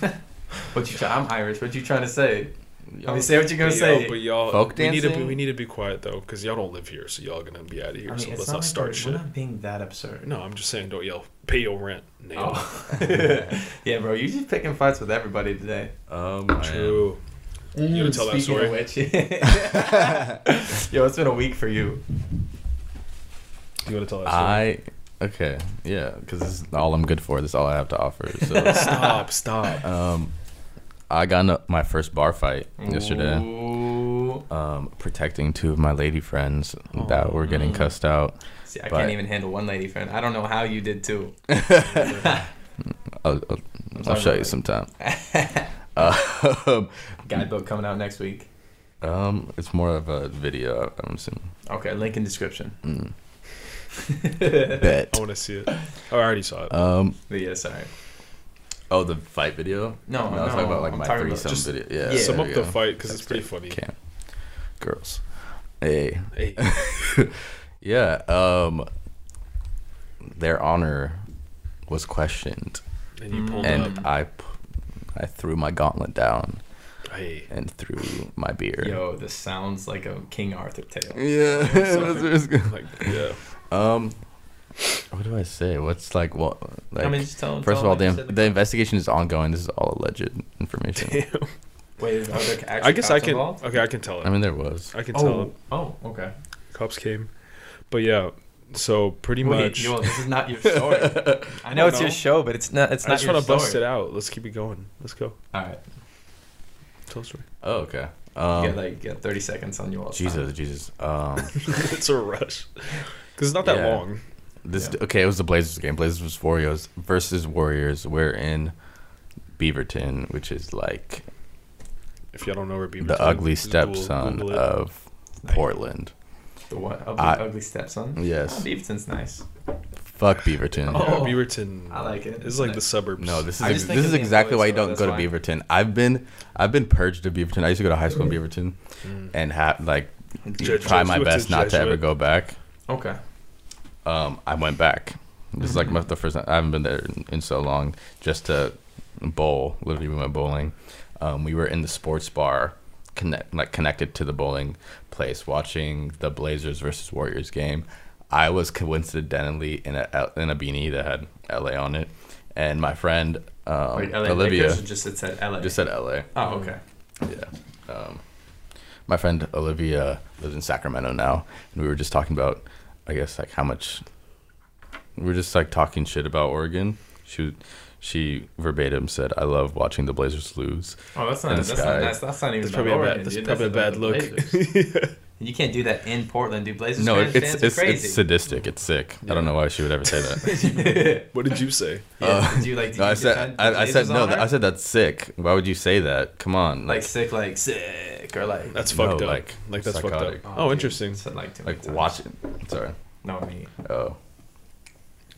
what you? Try, I'm Irish. What you trying to say? I
Y'all-
mean, say what you're gonna
but
say.
y'all, but y'all
Folk
we need to be,
dancing?
we need to be quiet though because y'all don't live here so y'all gonna be out of here
I mean,
so
it's
let's
not
not,
like
start
we're-
shit
We're not being that absurd.
no i'm just saying don't yell pay your rent nail
Oh. yeah, bro, you just picking fights with everybody today.
Um, I am.
true you gonna tell that story
Yo, it's been a week for you.
you gonna tell that story
I okay, yeah, because this is all I'm good for. This is all I have to offer. So,
stop stop
um, I got in a, my first bar fight yesterday.
Ooh.
Um, protecting two of my lady friends that were getting
Mm.
cussed out.
See, I
But-
can't even handle one lady friend. I don't know how you did too.
I'll, I'll, I'll
sorry,
show
my
you
bad.
sometime. Uh,
Guidebook coming out next week.
um, it's more of a video. I'm assuming.
Okay, link in description.
Mm.
but
i
Bet.
want to see it oh, i already saw
Uh,
it
Um.
yeah, sorry.
Oh, the fight video.
No,
I was
no,
talking about like
I'm
my
talking about
threesome
just-
video. Yeah.
yeah.
sum
there
up
we
the
go.
fight because it's pretty funny
Can't. Girls. Hey.
hey
Yeah, um their honor was questioned
and you pulled
and
up
I p- I threw my gauntlet down
hey
and threw my beer.
Yo, this sounds like a King Arthur tale.
Yeah. that's what it's go-
like yeah
um what do I say? What's like what like
I mean, just tell
First of all,
tell
the, in-
them like you said
the investigation is ongoing. This is all alleged information.
Wait, is- are there actual
i guess i
cops
can
Involved?
okay i can tell it
I mean, there was.
i can tell it
Oh, oh, okay.
cops came but yeah so pretty
Wait,
much
yo, this is not your story. I know it's
No.
your show, but it's not. It's
i
not
just
your
want to
story.
bust it out let's keep it going let's go
All right,
tell a story
Oh, okay.
you
Um,
got like you got thirty seconds on your
Jesus, Jesus. Um,
it's a rush because it's not that
Yeah.
long
This
Yeah.
okay. It was the Blazers game. Blazers was Warriors versus Warriors. We're in Beaverton, which is like
If y'all don't know where Beaverton
the ugly uh,
is, Google-
stepson
Google it.
of Portland.
The what? Ugly,
I-
ugly stepson. Oh,
Yes.
Beaverton's nice.
Fuck
Yeah,
Beaverton.
Oh.
Beaverton.
I like it.
It's like the suburbs.
No, this is
I just think
this is
of the
exactly why you don't
employees,
go to
though,
Beaverton. I've been I've been purged of Beaverton. I used to go to high school in
Mm.
Beaverton, and ha- like
Jesuit
try my
to
best not to ever
Jesuit.
go back.
Okay.
Um, I went back. This is like my, the first. I haven't been there in, in so long. Just to bowl. Literally, we went bowling. Um, we were in the sports bar, connect like connected to the bowling place, watching the Blazers versus Warriors game. I was coincidentally in a in a beanie that had LA on it, and my friend um,
Wait, LA
Olivia
Lakers or just it said LA.
just said LA.
oh, okay.
Yeah. Um, my friend Olivia lives in Sacramento now, and we were just talking about, I guess, like how much. We were just like talking shit about Oregon. She, she verbatim said, "I love watching the Blazers lose."
Oh, that's
In
not.
the
That's not,
sky.
that's, that's not even.
That's
about
probably a
Oregon,
bad. That's
dude.
probably a bad
about the
look.
Blazers. you can't do that in Portland, dude. Blazers
No,
fans,
it- it's
fans are
it's,
crazy.
it's sadistic. It's sick. I don't know why she would ever say that. Uh,
What did you say?
Yeah, did you, like, did
no, I
you
said
defend the
I, I said
Blazers
no.
on
That,
her?
I said that's sick. Why would you say that? Come on,
like
like
sick, like sick, or like.
That's
No,
fucked up. Like,
like,
that's
psychotic.
fucked up. Oh,
dude,
interesting.
Said like too
like
many
watch
times.
it. Sorry.
No, me.
Oh,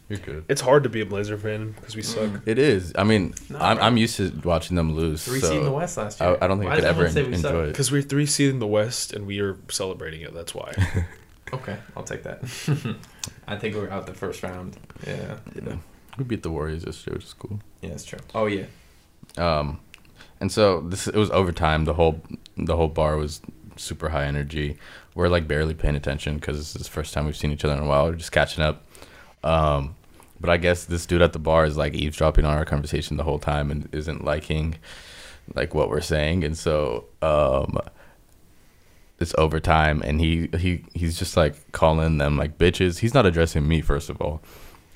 you're good.
It's hard to be a Blazer fan because we suck.
Mm.
It is. I mean,
No,
I'm,
bro.
I'm used to watching them lose.
Three
so
seed in the West last year.
I, I don't think
Why
I could
does
ever
everyone say
en-
we suck?
enjoy it.
Because we're three seed in the West and we are celebrating it. That's why.
Okay, I'll take that. I think we were out the first round. Yeah,
Yeah. We beat the Warriors yesterday, which is cool.
yeah, it's true. Oh yeah,
Um, and so this it was overtime. The whole the whole bar was super high energy. We're like barely paying attention because this is the first time we've seen each other in a while. We're just catching up. Um, but I guess this dude at the bar is like eavesdropping on our conversation the whole time and isn't liking like what we're saying. And so um, it's overtime, and he he he's just like calling them like bitches. He's not addressing me first of all,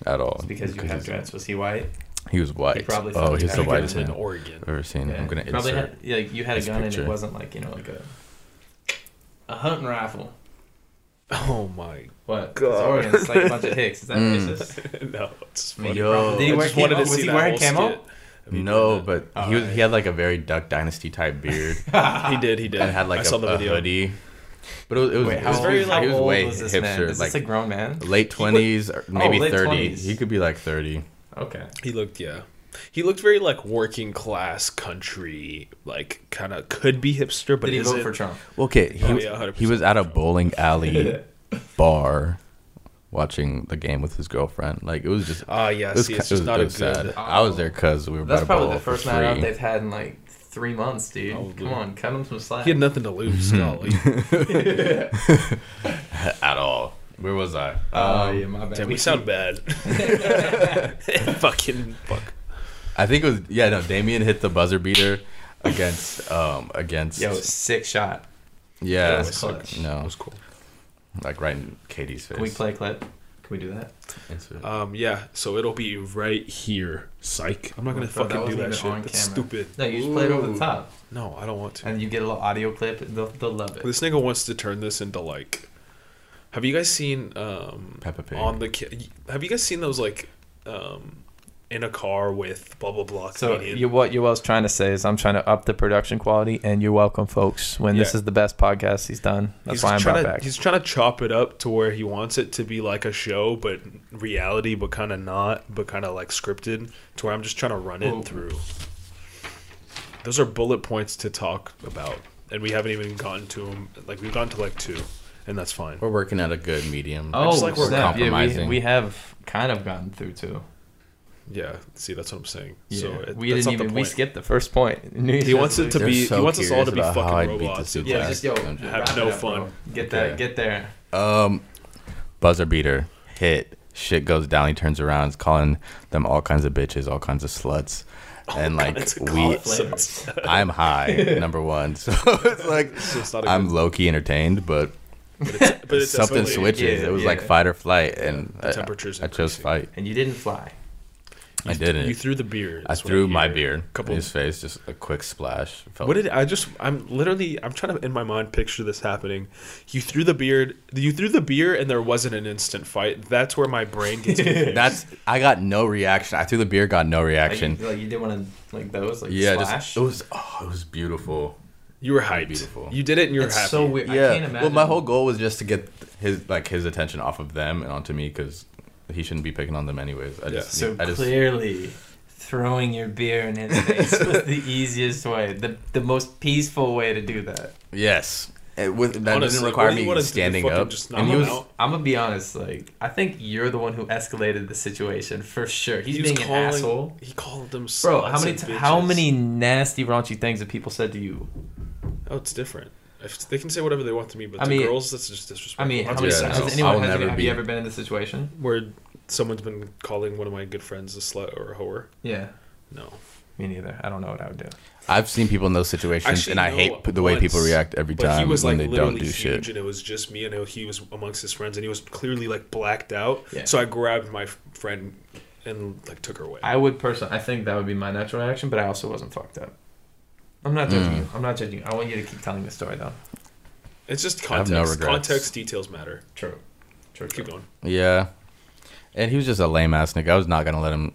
at all.
it's because you have
he's-
dreads. Was he white?
He was white.
probably
oh,
thought
he's
that
the
he
whitest
in
man I've
Oregon.
ever seen. I'm gonna
You probably
insert.
had, yeah, like you had a
this
gun and
picture.
it wasn't like you know like a a hunting rifle.
Oh my
What? It's
God.
Oregon. It's like a bunch of hicks. Is that
Mm.
racist?
no! It's
mean,
funny. I
yo-
Did he
just
wear
wanted
camo?
to
Was
see
he
that
wearing
whole
camo?
skit. Have you
No,
done that?
but he was, he had like a very Duck Dynasty type beard
he did. He did.
and had
I
like a,
saw the
a
video.
hoodie. But it was, it was,
Wait,
it
how
was
old,
very
how
like he was
old
way
was this man?
hipster,
Is
like
this a grown man?
late twenties or maybe
late
thirty.
20s.
He could be like thirty.
Okay.
He looked yeah. He looked very like working class country, like kind of could be hipster, but
Did he
is
vote
it?
for Trump?
Okay, he
Oh,
was,
yeah, 100%.
he was at a bowling alley bar watching the game with his girlfriend. Like it was just.
Oh,
Ah, yeah.
it was,
see,
ki-
it's
it
just
was-
not
it
a
was
good.
sad. I was there because we were. about
That's
to
probably
bowl
the first
for
night out
free.
they've had in like three months, dude.
Probably.
Come on, cut him some slack.
He had nothing to lose.
Hmm.
golly.
at all. Where was I?
Oh,
Um,
yeah, my bad.
Damn, we sound bad. Fucking fuck.
I think it was yeah. No, Damien hit the buzzer beater against um against
Yo, sick shot.
yeah.
that was clutch.
That
No,
was cool.
like right in Katie's face.
Can we play a clip? Can we do that?
Insert.
Um, yeah. So it'll be right here. Psych. I'm not gonna
Bro, that
fucking do
wasn't
that
even
shit.
on
That's
camera.
stupid.
No, you just play it over the
Ooh.
top,
No, I don't want to.
and you get a little audio clip. They'll, they'll love it.
This nigga wants to turn this into like. Have you guys seen um
Peppa Pig.
on the? Ki- have you guys seen those like, um, in a car with blah blah blah?
So
comedian?
you, what Yoel's trying to say is I'm trying to up the production quality, and you're welcome, folks. When this
Yeah.
is the best podcast he's done, that's
he's
why I'm
trying
brought
to
back.
he's trying to chop it up to where he wants it to be like a show, but reality, but kind of not, but kind of like scripted to where I'm just trying to run it
Whoa.
through. Those are bullet points to talk about, and we haven't even gotten to them. Like we've gotten to like two, and that's fine.
We're working at a good medium.
Oh,
just like we're
snap. Yeah,
compromising.
we, we have kind of gotten through to.
Yeah, see, that's what I'm saying.
Yeah.
So it,
we
that's
didn't
not
even
the
we
point.
skipped the first point. New Year's
He wants it to
resolution.
be.
so
he wants us all to be
curious about how
fucking
I'd beat
robots.
this dude.
Yeah, just yo,
Have
wrap it
no
up,
fun.
bro. Get
Okay.
that, get there.
um, buzzer beater hit. Shit goes down. He turns around. He's calling them all kinds of bitches, all kinds of sluts, and like
kinds of
we.
sluts. So-
Flavors.
I'm high, number one. So it's like
So it's not a
I'm
good-
low key entertained, but
But it's
something
definitely-
switches.
yeah,
it was
yeah.
like fight or flight, and
The
I-
temperature's
I, chose
increasing.
fight.
and you didn't fly.
I didn't.
You threw the beer.
I
is what
threw
I'm
my
hearing.
beer
Couple.
in his face, just a quick splash. Felt
What did I just? I'm literally. I'm trying to in my mind picture this happening. You threw the beer. You threw the beer, and there wasn't an instant fight. That's where my brain gets. confused.
That's I got no reaction. I through the beer, got no
Like you,
reaction.
like you did one of like those, like
yeah,
splash.
just it was. Oh, it was beautiful.
You were hyped.
Beautiful.
You did it, and you were
it's
happy.
so weird. I can't
yeah.
imagine.
Well, my whole goal was just to get his like his attention off of them and onto me because he shouldn't be picking on them anyways. I just,
So
I just
clearly, throwing your beer in his face was the easiest way, the the most peaceful way to do that.
yes. It, with, that
Honestly,
didn't
what
require
do you
me
wanna do?
standing
Fucking
up.
just knock
And he
him
was
out?
I'm gonna be honest. Like, I think you're the one who escalated the situation for sure. He's
He was
being an asshole.
He called them.
Bro,
sluts
how many
and
t- how
bitches.
many nasty, raunchy things have people said to you?
Oh, it's different. If they can say whatever they want to me, but
I
to
mean-
girls, that's just disrespectful.
I mean, how
That's
many
Yeah,
just
no.
has
assholes.
anyone
I'll
has
never
any, have you
be-
ever been in this situation?
Where someone's been calling one of my good friends a slut or a whore.
Yeah,
No.
me neither. I don't know what I would do.
I've seen people in those situations,
Actually,
and I
no,
hate p- the way people
once,
react every
but he
time
was,
when
like,
they don't
literally
do
huge,
shit.
And it was just me, and he was amongst his friends, and he was clearly like blacked out.
Yeah.
So I grabbed my f- friend and like took her away.
I would personally. I think that would be my natural reaction, but I also wasn't fucked up. I'm not judging
Hmm.
you. I'm not judging you. I want you to keep telling the story though.
it's just
I have
context.
no regrets.
context details matter.
True. True.
Keep going.
Yeah, and he was just a lame ass nigga. I was not gonna let him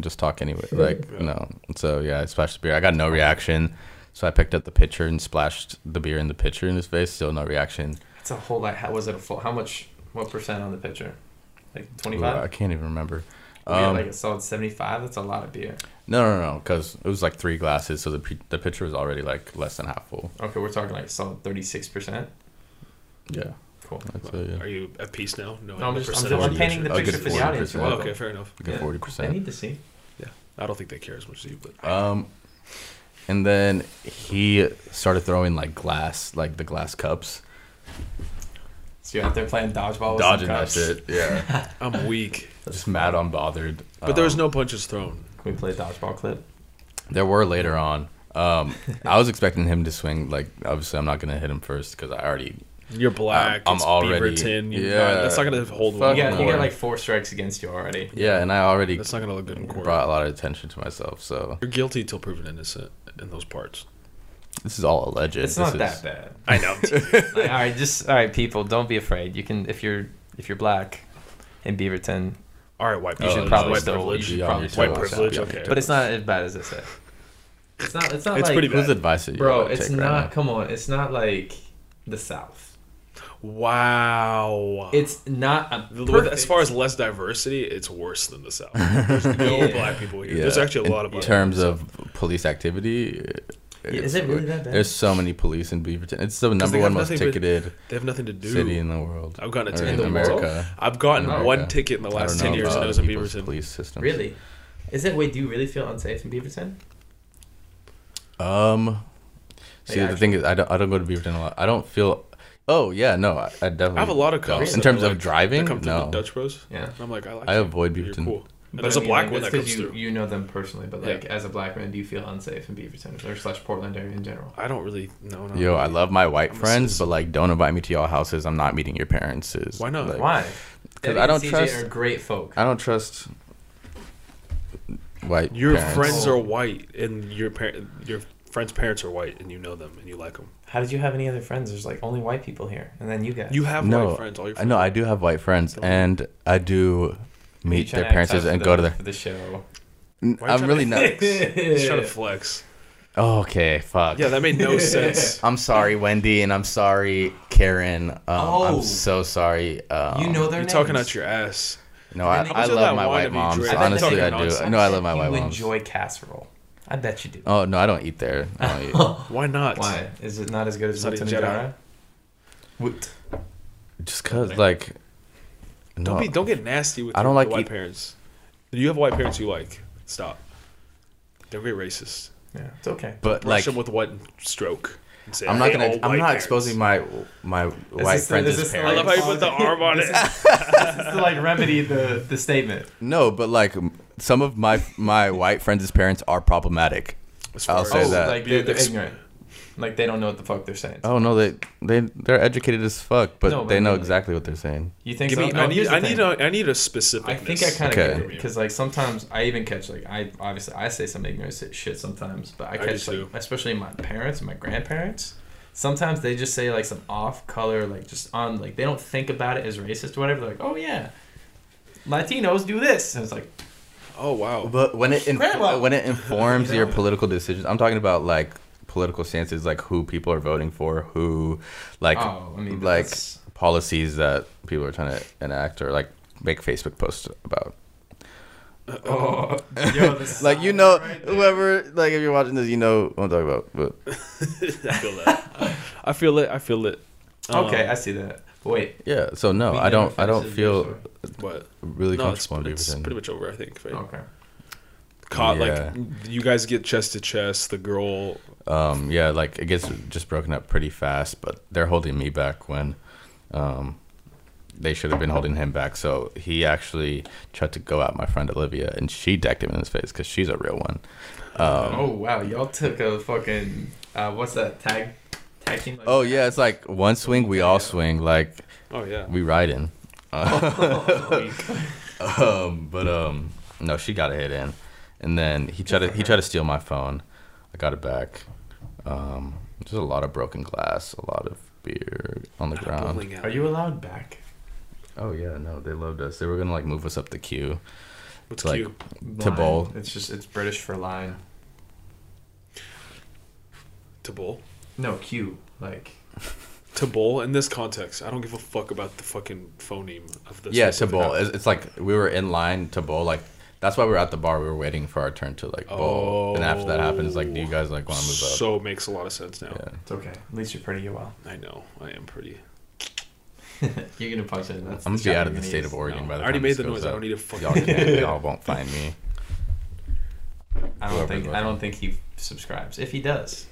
just talk anyway. Like
Yeah.
no. So yeah, I splashed the beer. I got no reaction. So I picked up the pitcher and splashed the beer in the pitcher in his face. Still no reaction.
It's a whole lot. How was it a full? How much? What percent on the pitcher? Like
Ooh,
25.
I can't even remember.
we had
Um,
like a solid 75. That's a lot of beer.
no, no, no, because it was like three glasses, so the pe- the pitcher was already like less than half full.
Okay, we're talking like a solid 36 percent.
Yeah,
Cool.
I'd say yeah.
Are you at peace now? No,
No, I'm
the
just- I'm
percentage
just-
of
I'm
painting the
picture.
picture
Okay,
for the audience.
Oh, okay, fair enough.
Like a forty
I
percent.
need to see.
I don't think they care as much as you, but
Um, and then he started throwing like glass, like the glass cups,
So you're out there playing dodgeball. With
dodging
Oh, some
that shit.
cops.
Yeah,
I'm weak.
just mad, unbothered. Um,
But there was no punches thrown.
Can we play a dodgeball clip?
There were later on. Um, I was expecting him to swing. Like, obviously, I'm not gonna hit him first because I already.
You're black.
I'm
it's
already-
Beaver tin. You're
yeah.
not- that's not gonna hold.
Fuck
well.
You got, you
Lord.
got like four strikes against you already.
Yeah, and I already
That's not gonna look good in court.
brought a lot of attention to myself. So
You're guilty till proven innocent in those parts.
this is all alleged.
It's
This
not
is-
that bad.
I know.
Like, all right, just all right, people. Don't be afraid. You can if you're if you're black in Beaverton,
All right, white.
You
privilege,
should probably
white
still-
privilege.
you should probably still
white
watch out.
privilege.
Yeah.
Okay,
but it's not as bad as I said. It's not. It's not
It's
like
pretty
Whose
bad.
advice are you
bro.
gonna
It's
take right
not.
now?
come on. It's not like the South.
wow.
It's not a
The- with-
perfect-
as far as less diversity, it's worse than the South. There's no
Yeah.
black people here. There's actually a lot of
in
black
terms of police activity. it's-
is it really that bad?
There's so many police in Beaverton. It's the number
they have
one most
nothing but-
ticketed
people. They have nothing to do.
city in the world.
I've gotten a
Or
ticket
in the world?
I've gotten
In
one
America.
ticket in the
Oh, I
last
don't
ten
know
years,
about
and it was in
other people's
Beaverton.
Police systems.
really. Is it? Wait, do you really feel unsafe in Beaverton?
Um. See, the
actually-
thing is, I don't. I don't go to Beaverton a lot. I don't feel. Oh yeah, no, I, I definitely.
I have a lot of cops.
In
that
terms
are
of
like-
driving,
that come through
no.
the Dutch Bros.
Yeah.
And I'm like, I like.
I
you.
avoid
You're
Beaverton.
cool. And
But
there's
I
a
mean,
black
like,
one
that's
that
'cause
comes
you,
through.
You know them personally, but
Yeah.
like as a black man, do you feel unsafe in Beaverton or slash Portland area in general?
I don't really. No, no.
Yo, I love my white
I'm a
friends,
citizen.
but like, don't invite me to y'all houses. I'm not meeting your parents. Is
Why not?
like-
Why?
'Cause
Debbie
I
and
don't
CJ
trust-
Are great folk.
I don't trust white.
Your
parents.
friends
Oh.
are white, and your parent, your friends' parents are white, and you know them, and you like them.
How did you have any other friends? There's like only white people here, and then you guys.
You have
no,
white friends. All your
I
friends.
know I do have white friends,
Don't-
and I do
Are you
meet
trying
their
to
parents
act tough
and
for
go
the-
to their.
for the show.
Why are you
I'm
trying
really
to
not.
He's trying to flex.
Oh, okay, fuck.
Yeah, that made no sense.
I'm sorry, Wendy, and I'm sorry, Karen. Um,
Oh.
I'm so sorry. Um,
you know their
You're
names.
talking out your ass.
No, I,
And then
I
you said that
love my
wine
white
of you
moms.
drink.
I bet
Honestly,
they
I
do
do.
nonsense.
No, I love my
you
white moms.
enjoy casserole. I bet you do.
Oh no, I don't eat there. I don't eat.
Why not?
Why is it not as good as
Sunny
Wilton
Jedi.
Jara? Woot.
Just cause, like, no,
Don't be. Don't get nasty with.
I don't
your
like e-
white
eat-
parents. You have white parents you like. Stop. Don't get racist.
Yeah, it's okay.
but
Brush
like,
them with one stroke. and say,
I'm
"Hey,
not gonna.
all
I'm
white
not
parents."
exposing my my white
this the- is
friends'
this the
I
parents.
love how you put the arm on it.
It's to like remedy the the statement.
No, but like, m- some of my my white friends' parents are problematic.
As
I'll
far
say
as-
that.
Oh, like they're, they're ignorant. Like they don't know what the fuck they're saying.
Oh no, they they they're educated as fuck, but
No, but
they know
really.
exactly what they're saying.
You think
Give
so?
me,
No,
I need.
here's the
I need
thing.
a. I need a specific.
I think I kind of
Okay.
get it because like sometimes I even catch like I obviously I say some ignorant si- shit sometimes, but I
do
catch
too.
like especially my parents and my grandparents. Sometimes they just say like some off color like just on like they don't think about it as racist or whatever. They're like, oh yeah, Latinos do this. And it's like
Oh wow.
But when it inf-
Grandma.
when it informs your political decisions, I'm talking about like political stances, like who people are voting for, who, like,
Oh, I mean,
like
that's-
policies that people are trying to enact, or like make Facebook posts about.
Oh,
Like you know, whoever, like if you're watching this, you know what I'm talking about. But
I feel that. I feel it. I feel it. Um,
okay, I see that. But wait,
yeah, so no,
We
Oh, I don't,
never
I don't
finished
feel
your story.
But
really
no, it's,
comfortable.
it's
in
pretty
everything.
much over. I think. Right?
okay.
um,
Caught
Yeah.
like you guys get chest to chest. The girl.
um, yeah, like it gets just broken up pretty fast, but they're holding me back when um, they should have been holding him back. So he actually tried to go at my friend Olivia, and she decked him in his face because she's a real one. Um,
oh wow, y'all took a fucking uh, what's that tag? Tag team. Like,
oh yeah, it's like one swing, we all swing, like
Oh yeah.
we riding.
week.
um, but um, no, she got a hit in, and then he tried to he tried to steal my phone. I got it back. Um, there's a lot of broken glass, a lot of beer on the ground.
Bowling alley.
Are you allowed back?
Oh yeah, no, they loved us. They were gonna like move us up the queue
What's
to like
cute?
to
Line.
bowl.
It's just it's British for line.
To bowl.
No Q. Like
To bowl in this context, I don't give a fuck about the fucking phoneme of this.
yeah, to
specific
bowl.
app.
It's, it's like we were in line to bowl. Like that's why we were at the bar. We were waiting for our turn to like bowl. And after that happens, like, do you guys like want to move up?
So makes a lot of sense now.
uh, yeah.
it's okay. At least you're pretty. You well.
I know. I am pretty.
You're gonna punch it. That's
I'm gonna be out
the shot
of
you're
the
gonna
state
use.
of Oregon
No,
by
I
the time
already made
this
the
goes
noise. I
up.
don't need to fucking-
Y'all, can't, y'all won't find me.
I don't
Whoever's
think I
watching.
don't think he subscribes. If he does,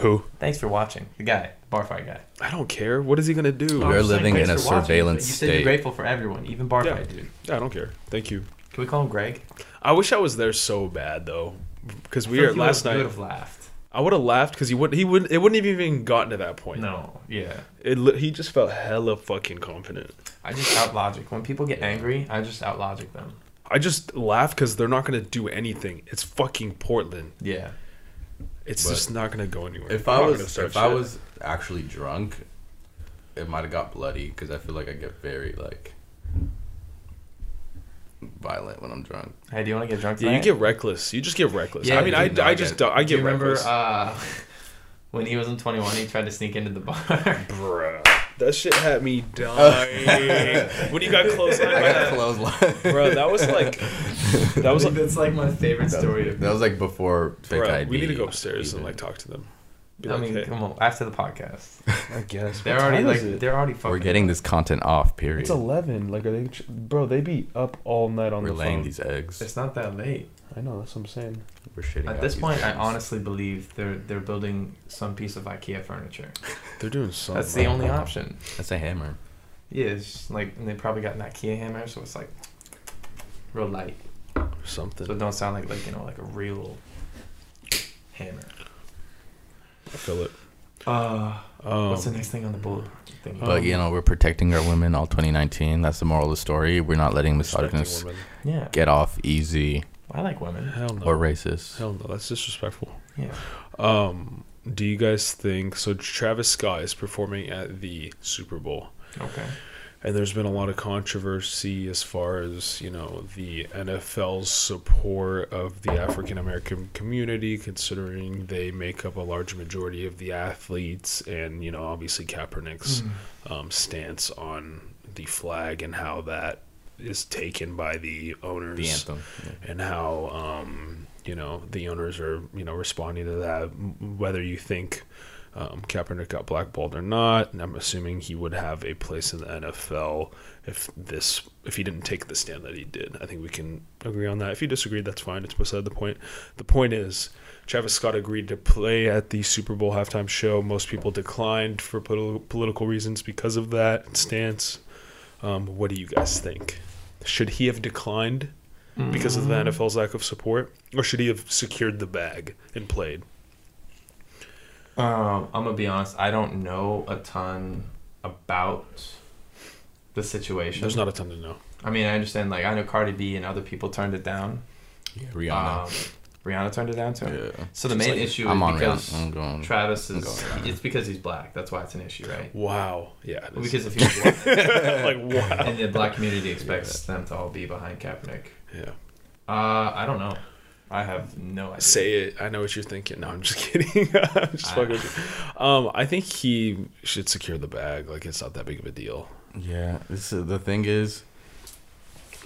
Who?
thanks for watching. The guy, the barfight guy.
I don't care. What is he gonna do?
We're
I'm just saying
living in
thanks
a
for watching, but
surveillance
you said
state.
You're grateful for everyone, even barfight
Yeah.
dude.
I don't care. Thank you.
Can we call him Greg?
I wish I was there so bad though, because we
I feel
were
like you
last
would've- You
night.
would have laughed.
I would have laughed because he wouldn't. He wouldn't. It wouldn't have even gotten to that point.
No. Yeah.
It, li- he just felt hella fucking confident.
I just out logic. When people get angry, I just out logic them.
I just laugh because they're not gonna do anything. It's fucking Portland.
Yeah.
It's
But
just not gonna go anywhere.
If
We're
I
not
was
gonna
if
start
I
shit.
was actually drunk, it might have got bloody because I feel like I get very like violent when I'm drunk.
Hey, do you want to get drunk?
yeah, you
tonight?
get reckless. You just get reckless.
Yeah,
I mean,
you
I,
do
I
not
just
get-
I
Do
get
you remember
reckless.
uh, when he was in 21? He tried to sneak into the bar.
Bruh, that shit had me dying when you got close.
Oh. I got
Bro,
clothesline.
that was like that was
like,
like.
that's like my favorite story.
That was like before fake
Bro,
ID.
we need to go upstairs and
even.
like talk to them. Be
I
like,
mean,
"Hey."
come on. After the podcast,
I guess
they're already like they're already fucking.
We're getting this content off. Period.
eleven. Like, are they, bro? They be up all night on
We're laying these eggs.
It's not that late.
I know that's what I'm saying.
We're shitting.
At
out
this
these
point, I
eggs.
honestly believe they're they're building some piece of IKEA furniture.
They're doing uh, something.
That's the only option.
That's a hammer.
Yeah, it's just like and they probably got an IKEA hammer, so it's like real light. So it
Something.
don't sound like like you know like a real hammer.
I feel it.
Uh,
Um,
what's the next thing on the bullet thing?
Uh,
But you
Um,
know, we're protecting our women all 2019. That's the moral of the story. We're not letting
respecting
misogynists
women.
yeah,
get off easy
I like women.
Hell no.
or racist.
Hell no. That's disrespectful.
Yeah.
Um, do you guys think so? Travis Scott is performing at the Super Bowl.
Okay.
And there's been a lot of controversy as far as, you know, the NFL's support of the African American community, considering they make up a large majority of the athletes, and, you know, obviously Kaepernick's um, stance on the flag and how that is taken by the owners
The anthem. Yeah.
and how um, you know the owners are you know responding to that. m- Whether you think um, Kaepernick got blackballed or not, and I'm assuming he would have a place in the NFL if this if he didn't take the stand that he did. I think we can agree on that. If you disagree, that's fine. It's beside the point. The point is. Travis Scott agreed to play at the Super Bowl halftime show. Most people declined for pol- political reasons because of that stance. Um, what do you guys think? Should he have declined because of the NFL's lack of support, or should he have secured the bag and played?
Um, I'm gonna be honest. I don't know a ton about the situation.
There's not a ton to know.
I mean, I understand. Like, I know Cardi B and other people turned it down.
Yeah, Rihanna.
Um, Rihanna turned it down too.
Yeah.
So the
She's
main
like,
issue is
I'm on
because
Rihanna. I'm going.
Travis
I'm
is.
going Rihanna.
It's because he's black. That's why it's an issue, right?
Wow. Yeah. it
Well,
is.
because if he was white,
like wow.
and the black community expects them to all be behind Kaepernick.
Yeah.
Uh, I don't know. I have no idea.
Say it. I know what you're thinking. No, I'm just kidding. I'm just fucking with you. Um, I think he should secure the bag. Like it's not that big of a deal.
Yeah, this is, the thing is,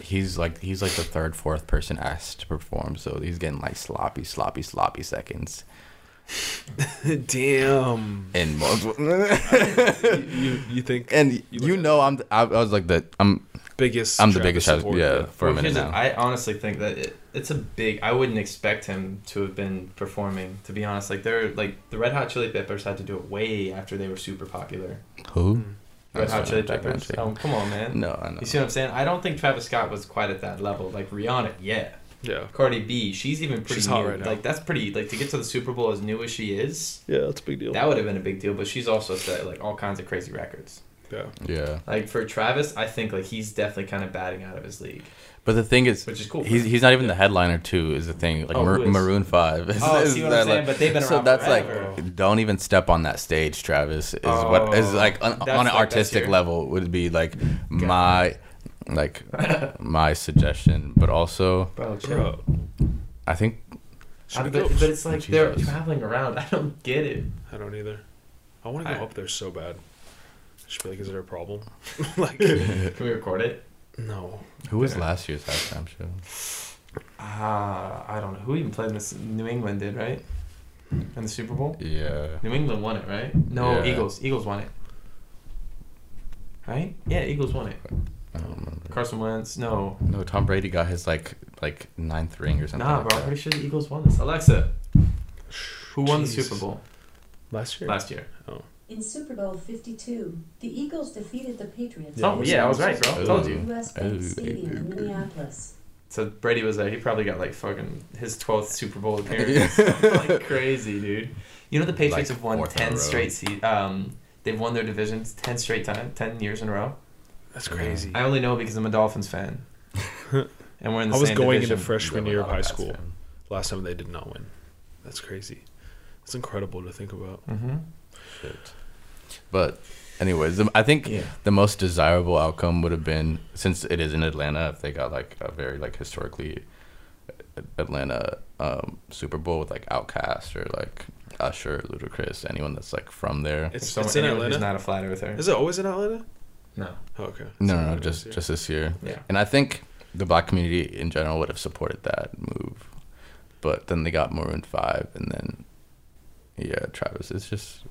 he's like he's like the third, fourth person asked to perform, so he's getting like sloppy, sloppy, sloppy seconds.
Damn.
And multiple,
You you think
and
You
you
like-
know I'm I, I was like the I'm
biggest?
I'm the
Travis
biggest Travis-
supporter,
yeah for a
Well,
minute
here's the-
now.
I honestly think that it, it's a big. I wouldn't expect him to have been performing. To be honest, like they're like the Red Hot Chili Peppers had to do it way after they were super popular.
Who?
Red
That's
Hot
what
Chili
I'm talking
Peppers.
about.
Oh, come on, man.
No, I know.
You see what I'm saying? I don't think Travis Scott was quite at that level. Like Rihanna, yeah.
Yeah.
Cardi B, she's even pretty
She's
new.
hot right now.
Like that's pretty. Like to get to the Super Bowl as new as she is,
Yeah, that's a big deal.
that would have been a big deal. But she's also set like all kinds of crazy records.
yeah.
Yeah,
Like for Travis, I think like he's definitely kind of batting out of his league,
but the thing is,
which is cool.
He's, he's not even the headliner too. Is the thing like
Oh,
Mar-
who is?
Maroon Five? Is,
Oh,
is
see what
that,
I'm saying?
like-
But they've been
so
around
that's
forever.
like don't even step on that stage, Travis. Is what is
Oh,
like on, on
that's like
an
that's
artistic
your-
level would be like my like my suggestion, but also
bro, chill.
Bro.
I think
I-
Should we
but,
go?
but it's like they're
Jesus.
traveling around. I don't get it.
I don't either. I want to go
I-
up there so bad. I should be like, is there a problem? like, no.
Can we record it?
who was last year's halftime show?
Ah, I don't know. Who even played this? New England did, right? In the Super Bowl?
Yeah,
New England won it, right? No,
Yeah.
Eagles. Eagles won it. Right? Yeah, Eagles won it.
I don't remember.
Carson Wentz. No.
No, Tom Brady got his like like ninth ring or something.
Nah,
like
bro. I'm
that.
pretty sure the Eagles won this. Alexa, who won the
Jesus.
Super Bowl
Last year.
last year?
In Super Bowl 52, the Eagles defeated the Patriots.
Yeah.
Oh, yeah, I was right, bro. I
Ooh.
told you.
U.S. Bank
Oh,
Ooh.
Stadium in Minneapolis.
So Brady was there. He probably got like fucking his 12th Super Bowl appearance. like crazy, dude. You know the Patriots
Like
have won
fourth in a
10
row.
straight se- um they've won their divisions 10 straight time, 10 years in a row.
That's crazy.
I only know because I'm a Dolphins fan. and we're in the
I was
same
going
division.
into freshman
Yeah,
year of
I'm a
high
Pats
school.
fan.
Last time they did not win. That's crazy. It's incredible to think about.
hmm
Shit. But, anyways, the- I think the most desirable outcome would have been since it is in Atlanta. If they got like a very like historically uh, Atlanta um, Super Bowl with like Outkast or like Usher, Ludacris, anyone that's like from there.
It's,
Someone,
it's in
anyone who's
Atlanta.
not a flat earther.
Is it always in Atlanta?
No.
Oh, okay.
No,
It's in
no, no,
Atlanta
just
this year.
just this year.
Yeah.
And I think the black community in general would have supported that move, but then they got Maroon Five, and then yeah, Travis. It's just.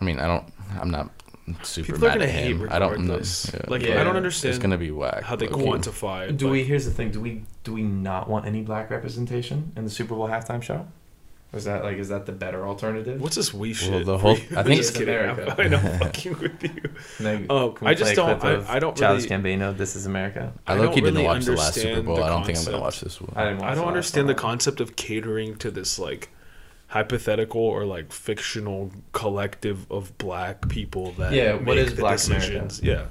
I mean, I don't. I'm not super
People are
mad
gonna
at
hate
him. I don't know.
regardless.
Yeah,
Like
but
I don't
It's
understand
gonna be whack.
how they
low-key.
quantify.
Do
like-
we here's the thing, do we do we not want any black representation in the Super Bowl halftime show? Or is that like is that the better alternative?
What's this we shit?
Well, the whole- I think
just
it's
kidding.
America.
I'm, I'm fucking with you.
Like,
Oh,
can we
I just
play a clip
don't- I-
of
I don't
Childish
really-
Gambino, This Is America.
I
I
low key
don't
didn't
really
watch the last Super
understand
Bowl.
the
I don't think I'm gonna watch
concept.
this one.
I didn't. Watch
I don't
last
understand the
one.
concept of catering to this like hypothetical or like fictional collective of black people that
Yeah, what
make
is
the
black America?
decisions. Yeah,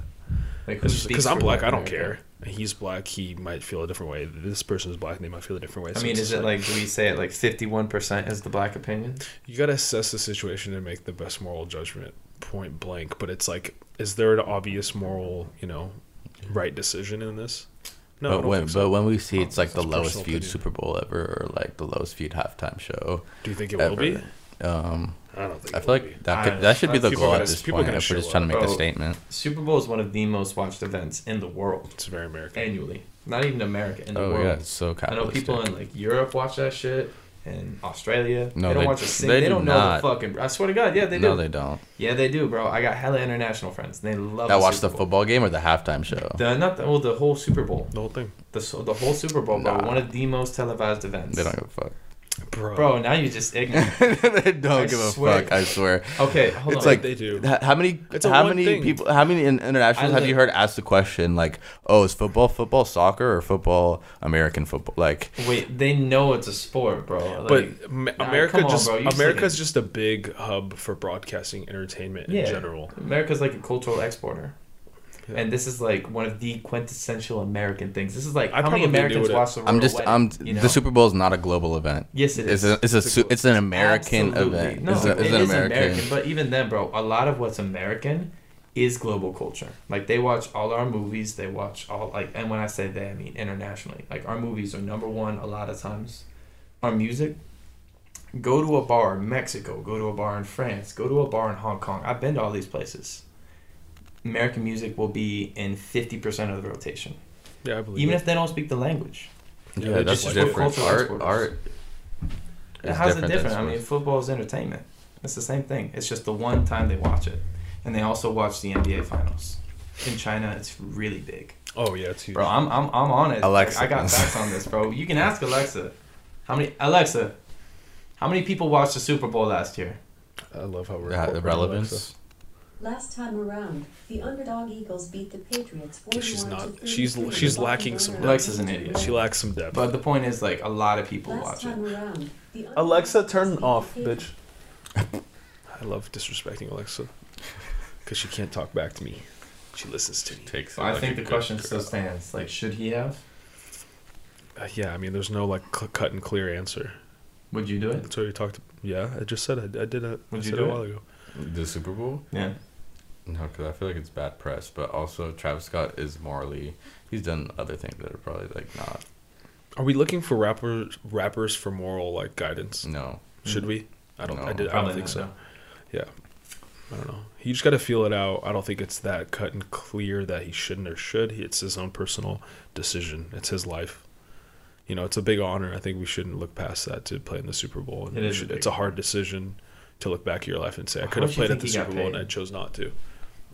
Like, who speaks
because I'm
for
black, I don't
America?
care. And he's black, he might feel a different way. This person's black, they might feel a different way.
I
So
mean,
it's
is
just
it like do we say it like fifty-one percent is the black opinion?
you gotta assess the situation and make the best moral judgment, point blank. But it's like, is there an obvious moral, you know, right decision in this? No, I
but
don't
when
think so.
but when we see it's like the
That's
lowest
personal
viewed
opinion.
Super Bowl ever, or like the lowest viewed halftime show
do you think it
ever.
will be?
Um,
I don't think.
I
it
feel
will be.
like that
I-
could, that should be the
people
goal
gotta-
at this
people
point. If
gotta
we're
show
just trying to make a
up.
statement.
Super Bowl is one of the most watched events in the world
it's very American.
annually. Not even America in the
Oh
world.
yeah, it's so
I know
capitalistic.
people in like Europe watch that shit. And Australia,
No,
they don't
they-
watch a single.
they
They,
do
don't
not.
know the fucking. I swear to God, yeah, they do.
no, they don't.
yeah, they do, bro. I got hella international friends. And they love.
That watch the
Super Bowl.
football game or the halftime show.
The not the, well, the whole Super Bowl,
The whole thing,
the so- the whole Super Bowl, bro.
Nah.
One of the most televised events.
They don't give a fuck.
bro.
Bro, now you just ignorant.
they don't
I
give a
swear.
fuck. I swear.
Okay, hold
It's
on.
like-
they do.
H- How many?
It's a
How
one
many
thing.
people? How many in internationals
I
have
li-
you heard ask the question like, "Oh, is football football soccer or football American football?" Like,
Wait, they know it's a sport, bro. Like,
but Ma-
nah,
America
come on,
just
bro, you're
America's just a big hub for broadcasting entertainment in
Yeah.
general.
America's like a cultural exporter.
Yeah.
And this is like one of the quintessential American things. This is like
I
how many
probably knew
Americans
it.
watch the Royal
I'm just
Wedding,
I'm
you know?
the Super Bowl is not a global event.
Yes, it
It's
is.
a, it's a su- it's an American
Absolutely.
event.
No,
it's a,
it
it's an
is
American.
But even then, bro, a lot of what's American is global culture. Like they watch all our movies, they watch all like and when I say they I mean internationally. Like our movies are number 1 a lot of times. Our music go to a bar in Mexico, go to a bar in France, go to a bar in Hong Kong. I've been to all these places. American music will be in 50% of the rotation.
Yeah, I believe.
Even
it.
if they don't speak the language.
Yeah,
Yeah,
they just
that's
like
different.
cultural
Art,
exporters.
art. is
How's it
than
different? I
sports.
mean, football is entertainment. It's the same thing. It's just the one time they watch it, and they also watch the NBA finals. In China, it's really big,
oh yeah, it's huge.
bro. I'm I'm I'm on it.
Alexa.
I got facts on this, bro. You can ask Alexa. How many Alexa? How many people watched the Super Bowl last year?
I love how we're
Yeah, the
incorporating Alexa.
relevance.
Last time around, the underdog Eagles beat the Patriots 41
She's
to
not-
33
she's-
in
she's
the
lacking
Buffalo
some
round.
Alexa's an idiot.
She lacks some depth.
But the point is, like, a lot of people
Last
watch it.
time around, the underdog beat the Patriots
I love disrespecting Alexa because she can't talk back to me. She listens to me.
Takes.
So I think the question still stands. Like, should he have?
Uh, yeah, I mean, there's no like cl- cut and clear answer.
Would you do it?
That's what we talked. Yeah, I just said I, I did it. I
Would you
said
do
a
it?
while ago.
The Super Bowl?
Yeah.
No, because I feel like it's bad press. But also, Travis Scott is morally. He's done other things that are probably like not.
Are we looking for rappers rappers for moral like guidance?
No.
Should we? I don't. I
Mm. No.
did. I don't think so. I don't know. You just got to feel it out. I don't think it's that cut and clear that he shouldn't or should. He, it's his own personal decision. It's his life. You know, it's a big honor. I think we shouldn't look past that to play in the Super Bowl. And
It
we
is a
should-
big
it's a hard
honor.
decision to look back at your life and say, I
How
could have
much do you
played at the
think he got
Super Bowl and
paid?
I chose not to.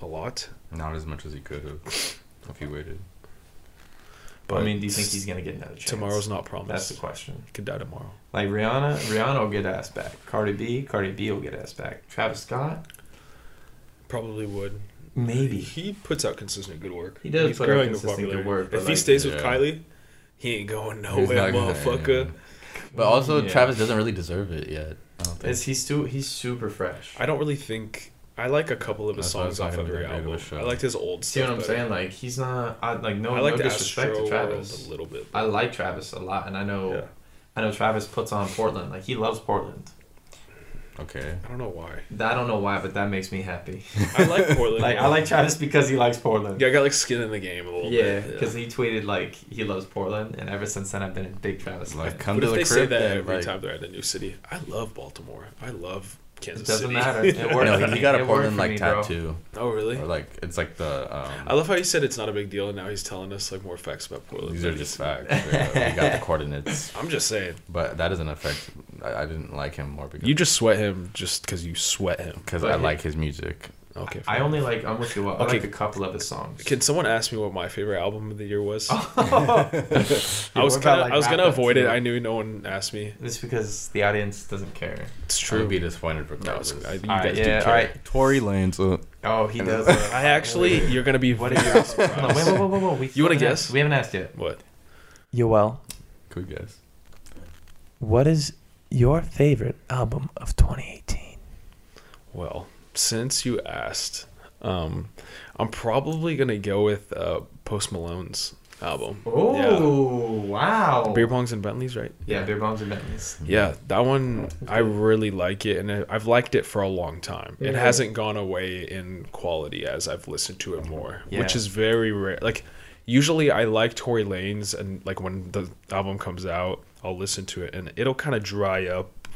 A lot.
Not as much as he could have if he waited.
But
I mean, do you think he's gonna get another chance?
Tomorrow's not
That's
promised.
the question.
He could die tomorrow.
Like Rihanna, Rihanna will get ass back. Cardi B, Cardi B will get ass back. Travis Scott,
Probably would.
maybe.
He puts out consistent good work.
He does
He's
put out
growing in
consistent good
popularity.
work, but,
If he
like,
stays with
yeah.
Kylie, he ain't going
He's
nowhere,
not gonna-
motherfucker.
But also,
Yeah.
Travis doesn't really deserve it yet. I don't think.
It's, he's too, he's super fresh.
I don't really think I like a couple of his
That's why
songs
it's not
off
gonna be
every
that big of a
album.
show.
I liked his old
See
stuff.
what I'm
better.
saying? Like he's not. I like no.
I like
no
the
disrespect
Astro
to
Travis.
Travis.
a little bit.
I like Travis a lot, and I know,
Yeah.
I know Travis puts on Portland. Like he loves Portland.
okay.
I don't know why.
I don't know why, but that makes me happy.
I like Portland.
like I like Travis because he likes Portland.
Yeah, I got like skin in the game a little
Yeah,
bit.
because he tweeted like he loves Portland, and ever since then I've been a big Travis
Like,
fan.
come
but
to
if
the
they
crib.
say that
then,
every
like-
time they're at a new city, I love Baltimore. I love Kansas
It doesn't
City.
matter. It worked.
No,
for
he
me.
got
It
a
worked
Portland
for
like
me, bro.
tattoo,
oh really?
or like it's like the. Um,
I love how he said it's not a big deal, and now he's telling us like more facts about Portland.
these are
Like,
just facts. yeah. we got the coordinates,
I'm just saying.
but that doesn't affect. I, I didn't like him more because
You just sweat him just because you sweat him.
because
But
I
he-
like his music.
Okay.
I
fine.
only like I'm with you. I
Okay.
like a couple of his songs.
Can someone ask me what my favorite album of the year was? I
Yeah,
was
what about,
kinda,
like,
I was gonna
wrap-ups
avoid it.
too?
I knew no one asked me.
It's because the audience doesn't care.
It's
True. I
true.
would be disappointed for
No, it's-
Travis.
I- you
All right,
guys do
yeah,
care.
all right.
Tory Lanez. Uh,
Oh, he does.
I actually, you're gonna be.
What are your Hold on, wait, whoa,
surprised.
whoa, whoa, whoa. We
You wanna
haven't
guess?
asked- We haven't asked yet.
What?
Yoel,
could we guess?
what is your favorite album of 2018?
Well, since you asked, um, I'm probably gonna go with uh, Post Malone's album.
Oh,
yeah.
wow.
beer pongs and Bentleys, right?
yeah, beer bombs and Bentleys.
Mm-hmm. Yeah, that one I really like it, and I- I've liked it for a long time. It
Yeah.
hasn't gone away in quality as I've listened to it more, which
Yeah.
is very rare. Like, usually I like Tory Lanez, and like when the album comes out, I'll listen to it, and it'll kind of dry up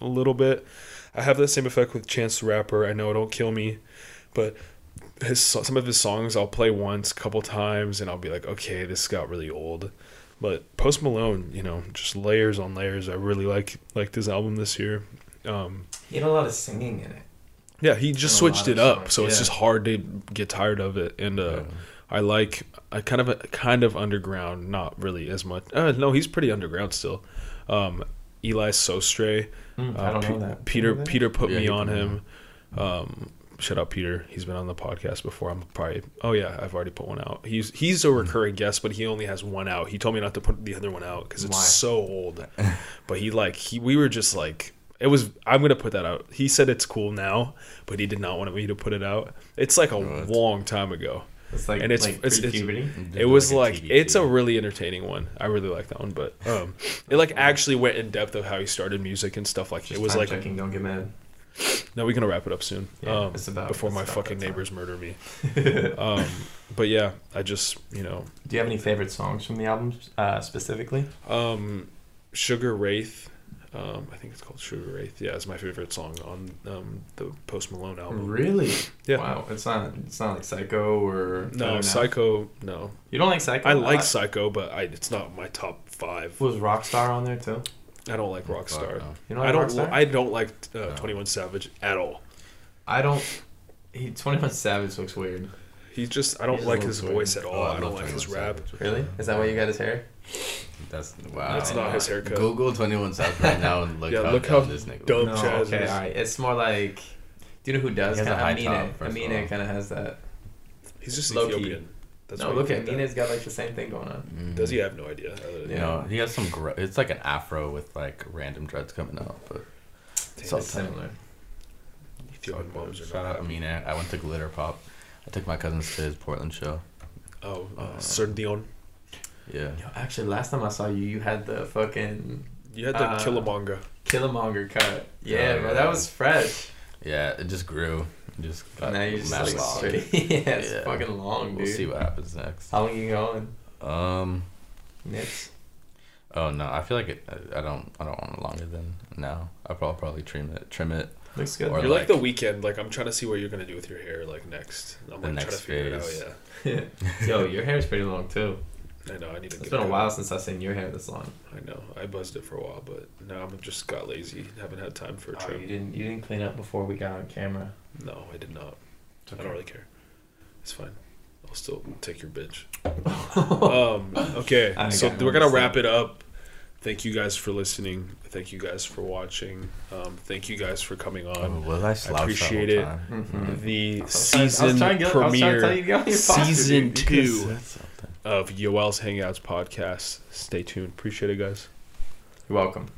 a little bit. I have that same effect with Chance the Rapper. I know it'll kill me, but his so- some of his songs I'll play once, couple times, and I'll be like, okay, this got really old. But Post Malone, you know, just layers on layers. I really like liked his album this year. Um,
He had a lot of singing in it.
yeah, he just
And a
switched
lot
it
of
up,
songs,
so it's
yeah.
just hard to get tired of it. And uh, I like I kind of kind of underground, not really as much. Uh, no, he's pretty underground still. Um, Eli Sostre,
Mm,
uh,
I don't
Pe-
know that.
Peter
Know that?
Peter put
Yeah,
me
he
on
put me
him. Um, shout out Peter. He's been on the podcast before. I'm probably oh yeah, I've already put one out. He's he's a recurring guest, but he only has one out. He told me not to put the other one out because it's
Why?
so old. but he like he we were just like it was. I'm gonna put that out. He said it's cool now, but he did not want me to put it out. It's like a
What?
long time ago.
It's like,
and it's-
like
it's- it's-
pre-puberty.
It was
Like
like
a TBT.
it's a really entertaining one. I really like that one, but um, it like actually went in depth of how he started music and stuff like
Just
it was
time
like
checking, don't get mad.
No, we can wrap it up soon.
Yeah,
um,
it's about-
before
it's
my
about
fucking
that time.
neighbors murder me.
Do
Um, but yeah, I just you know,
you have any favorite songs from the album uh, specifically?
um, Sugar Wraith. Um, I think it's called Sugar Wraith. Yeah, it's my favorite song on um, the Post Malone album.
Really?
Yeah.
Wow. It's not. It's not like Psycho or. I don't
No,
know.
Psycho. No,
You don't like Psycho?
I like
Psycho.
Psycho, but I, it's not my top five.
Was Rockstar on there too?
I don't like Rockstar.
Fuck, no.
You
I don't.
Rockstar?
li- I don't like uh,
No.
Twenty One Savage at all.
I don't. He Twenty One Savage looks weird.
He just. I don't
He's a
like
little
his
weird.
voice at all.
Oh,
I, don't
love
like his
21
rap.
Savage.
Really? Is that why you got his hair?
That's wow.
That's not his haircut.
Google Twenty One South right now and look
Yeah,
how
look
dumb
how
this nigga.
dumb-
looks.
no.
Chaz
Okay.
is-
All right. It's more like. Do you know who does?
He has a
Kinda,
high
Amina.
top, first of
Amina
all.
kind of has that.
He's just
Low-key.
Ethiopian. That's
no,
why
look
he
at
did that.
Amina's got like the same thing going on.
Mm.
Does he have no idea? Uh,
You know, he has some. Gr- it's like an afro with like random dreads coming out, but
It's
all
It's
tight.
similar.
Ethiopian moms are
Shout
not
out
happy.
Amina. I went to Glitter Pop. I took my cousins to his Portland show.
Oh, uh,
Uh,
Sir Dion.
Yeah.
Yo, actually, last time I saw you, you had the fucking
You had the
uh,
Killamonga.
Killmonger cut. Yeah,
Oh,
bro,
yeah.
that was fresh.
Yeah, it just grew. It just got
now you just
mad
like
long.
straight. yeah, it's
Yeah.
fucking long,
We'll
dude.
see what happens next.
How long you going?
Um.
Nips.
Oh no, I feel like it. I- I don't. I don't want it longer than now. I probably probably trim it. Trim it.
Looks good.
Or
You're like,
like-
the weekend. Like I'm trying to see what you're gonna do with your hair. Like next, I'm
The
like
next
trying to figure
phase.
it out.
Yo, your hair's pretty long too.
Yeah, I know. I need to.
It's
get
been a
cut.
while since I've seen your hair this long.
I know. I buzzed it for a while, but now I'm just got lazy. Haven't had time for a
Oh, you
trim.
didn't. You didn't clean up before we got on camera.
no, I did not.
It's
I
okay.
don't really care. It's fine. I'll still take your bitch. um, okay,
I
so
got
we're gonna
noticed
wrap it up. Thank you guys for listening. Thank you guys for watching. Um, thank you guys for coming
Oh,
on.
was I slouched that
appreciate
whole
it.
time?
Mhm.
The
I was
season
trying to get- I was trying to tell
premiere
you to get on your posture,
season
dude. You
two.
just-
Said something.
of Yoel's Hangouts podcast. Stay tuned. Appreciate it, guys.
You're welcome.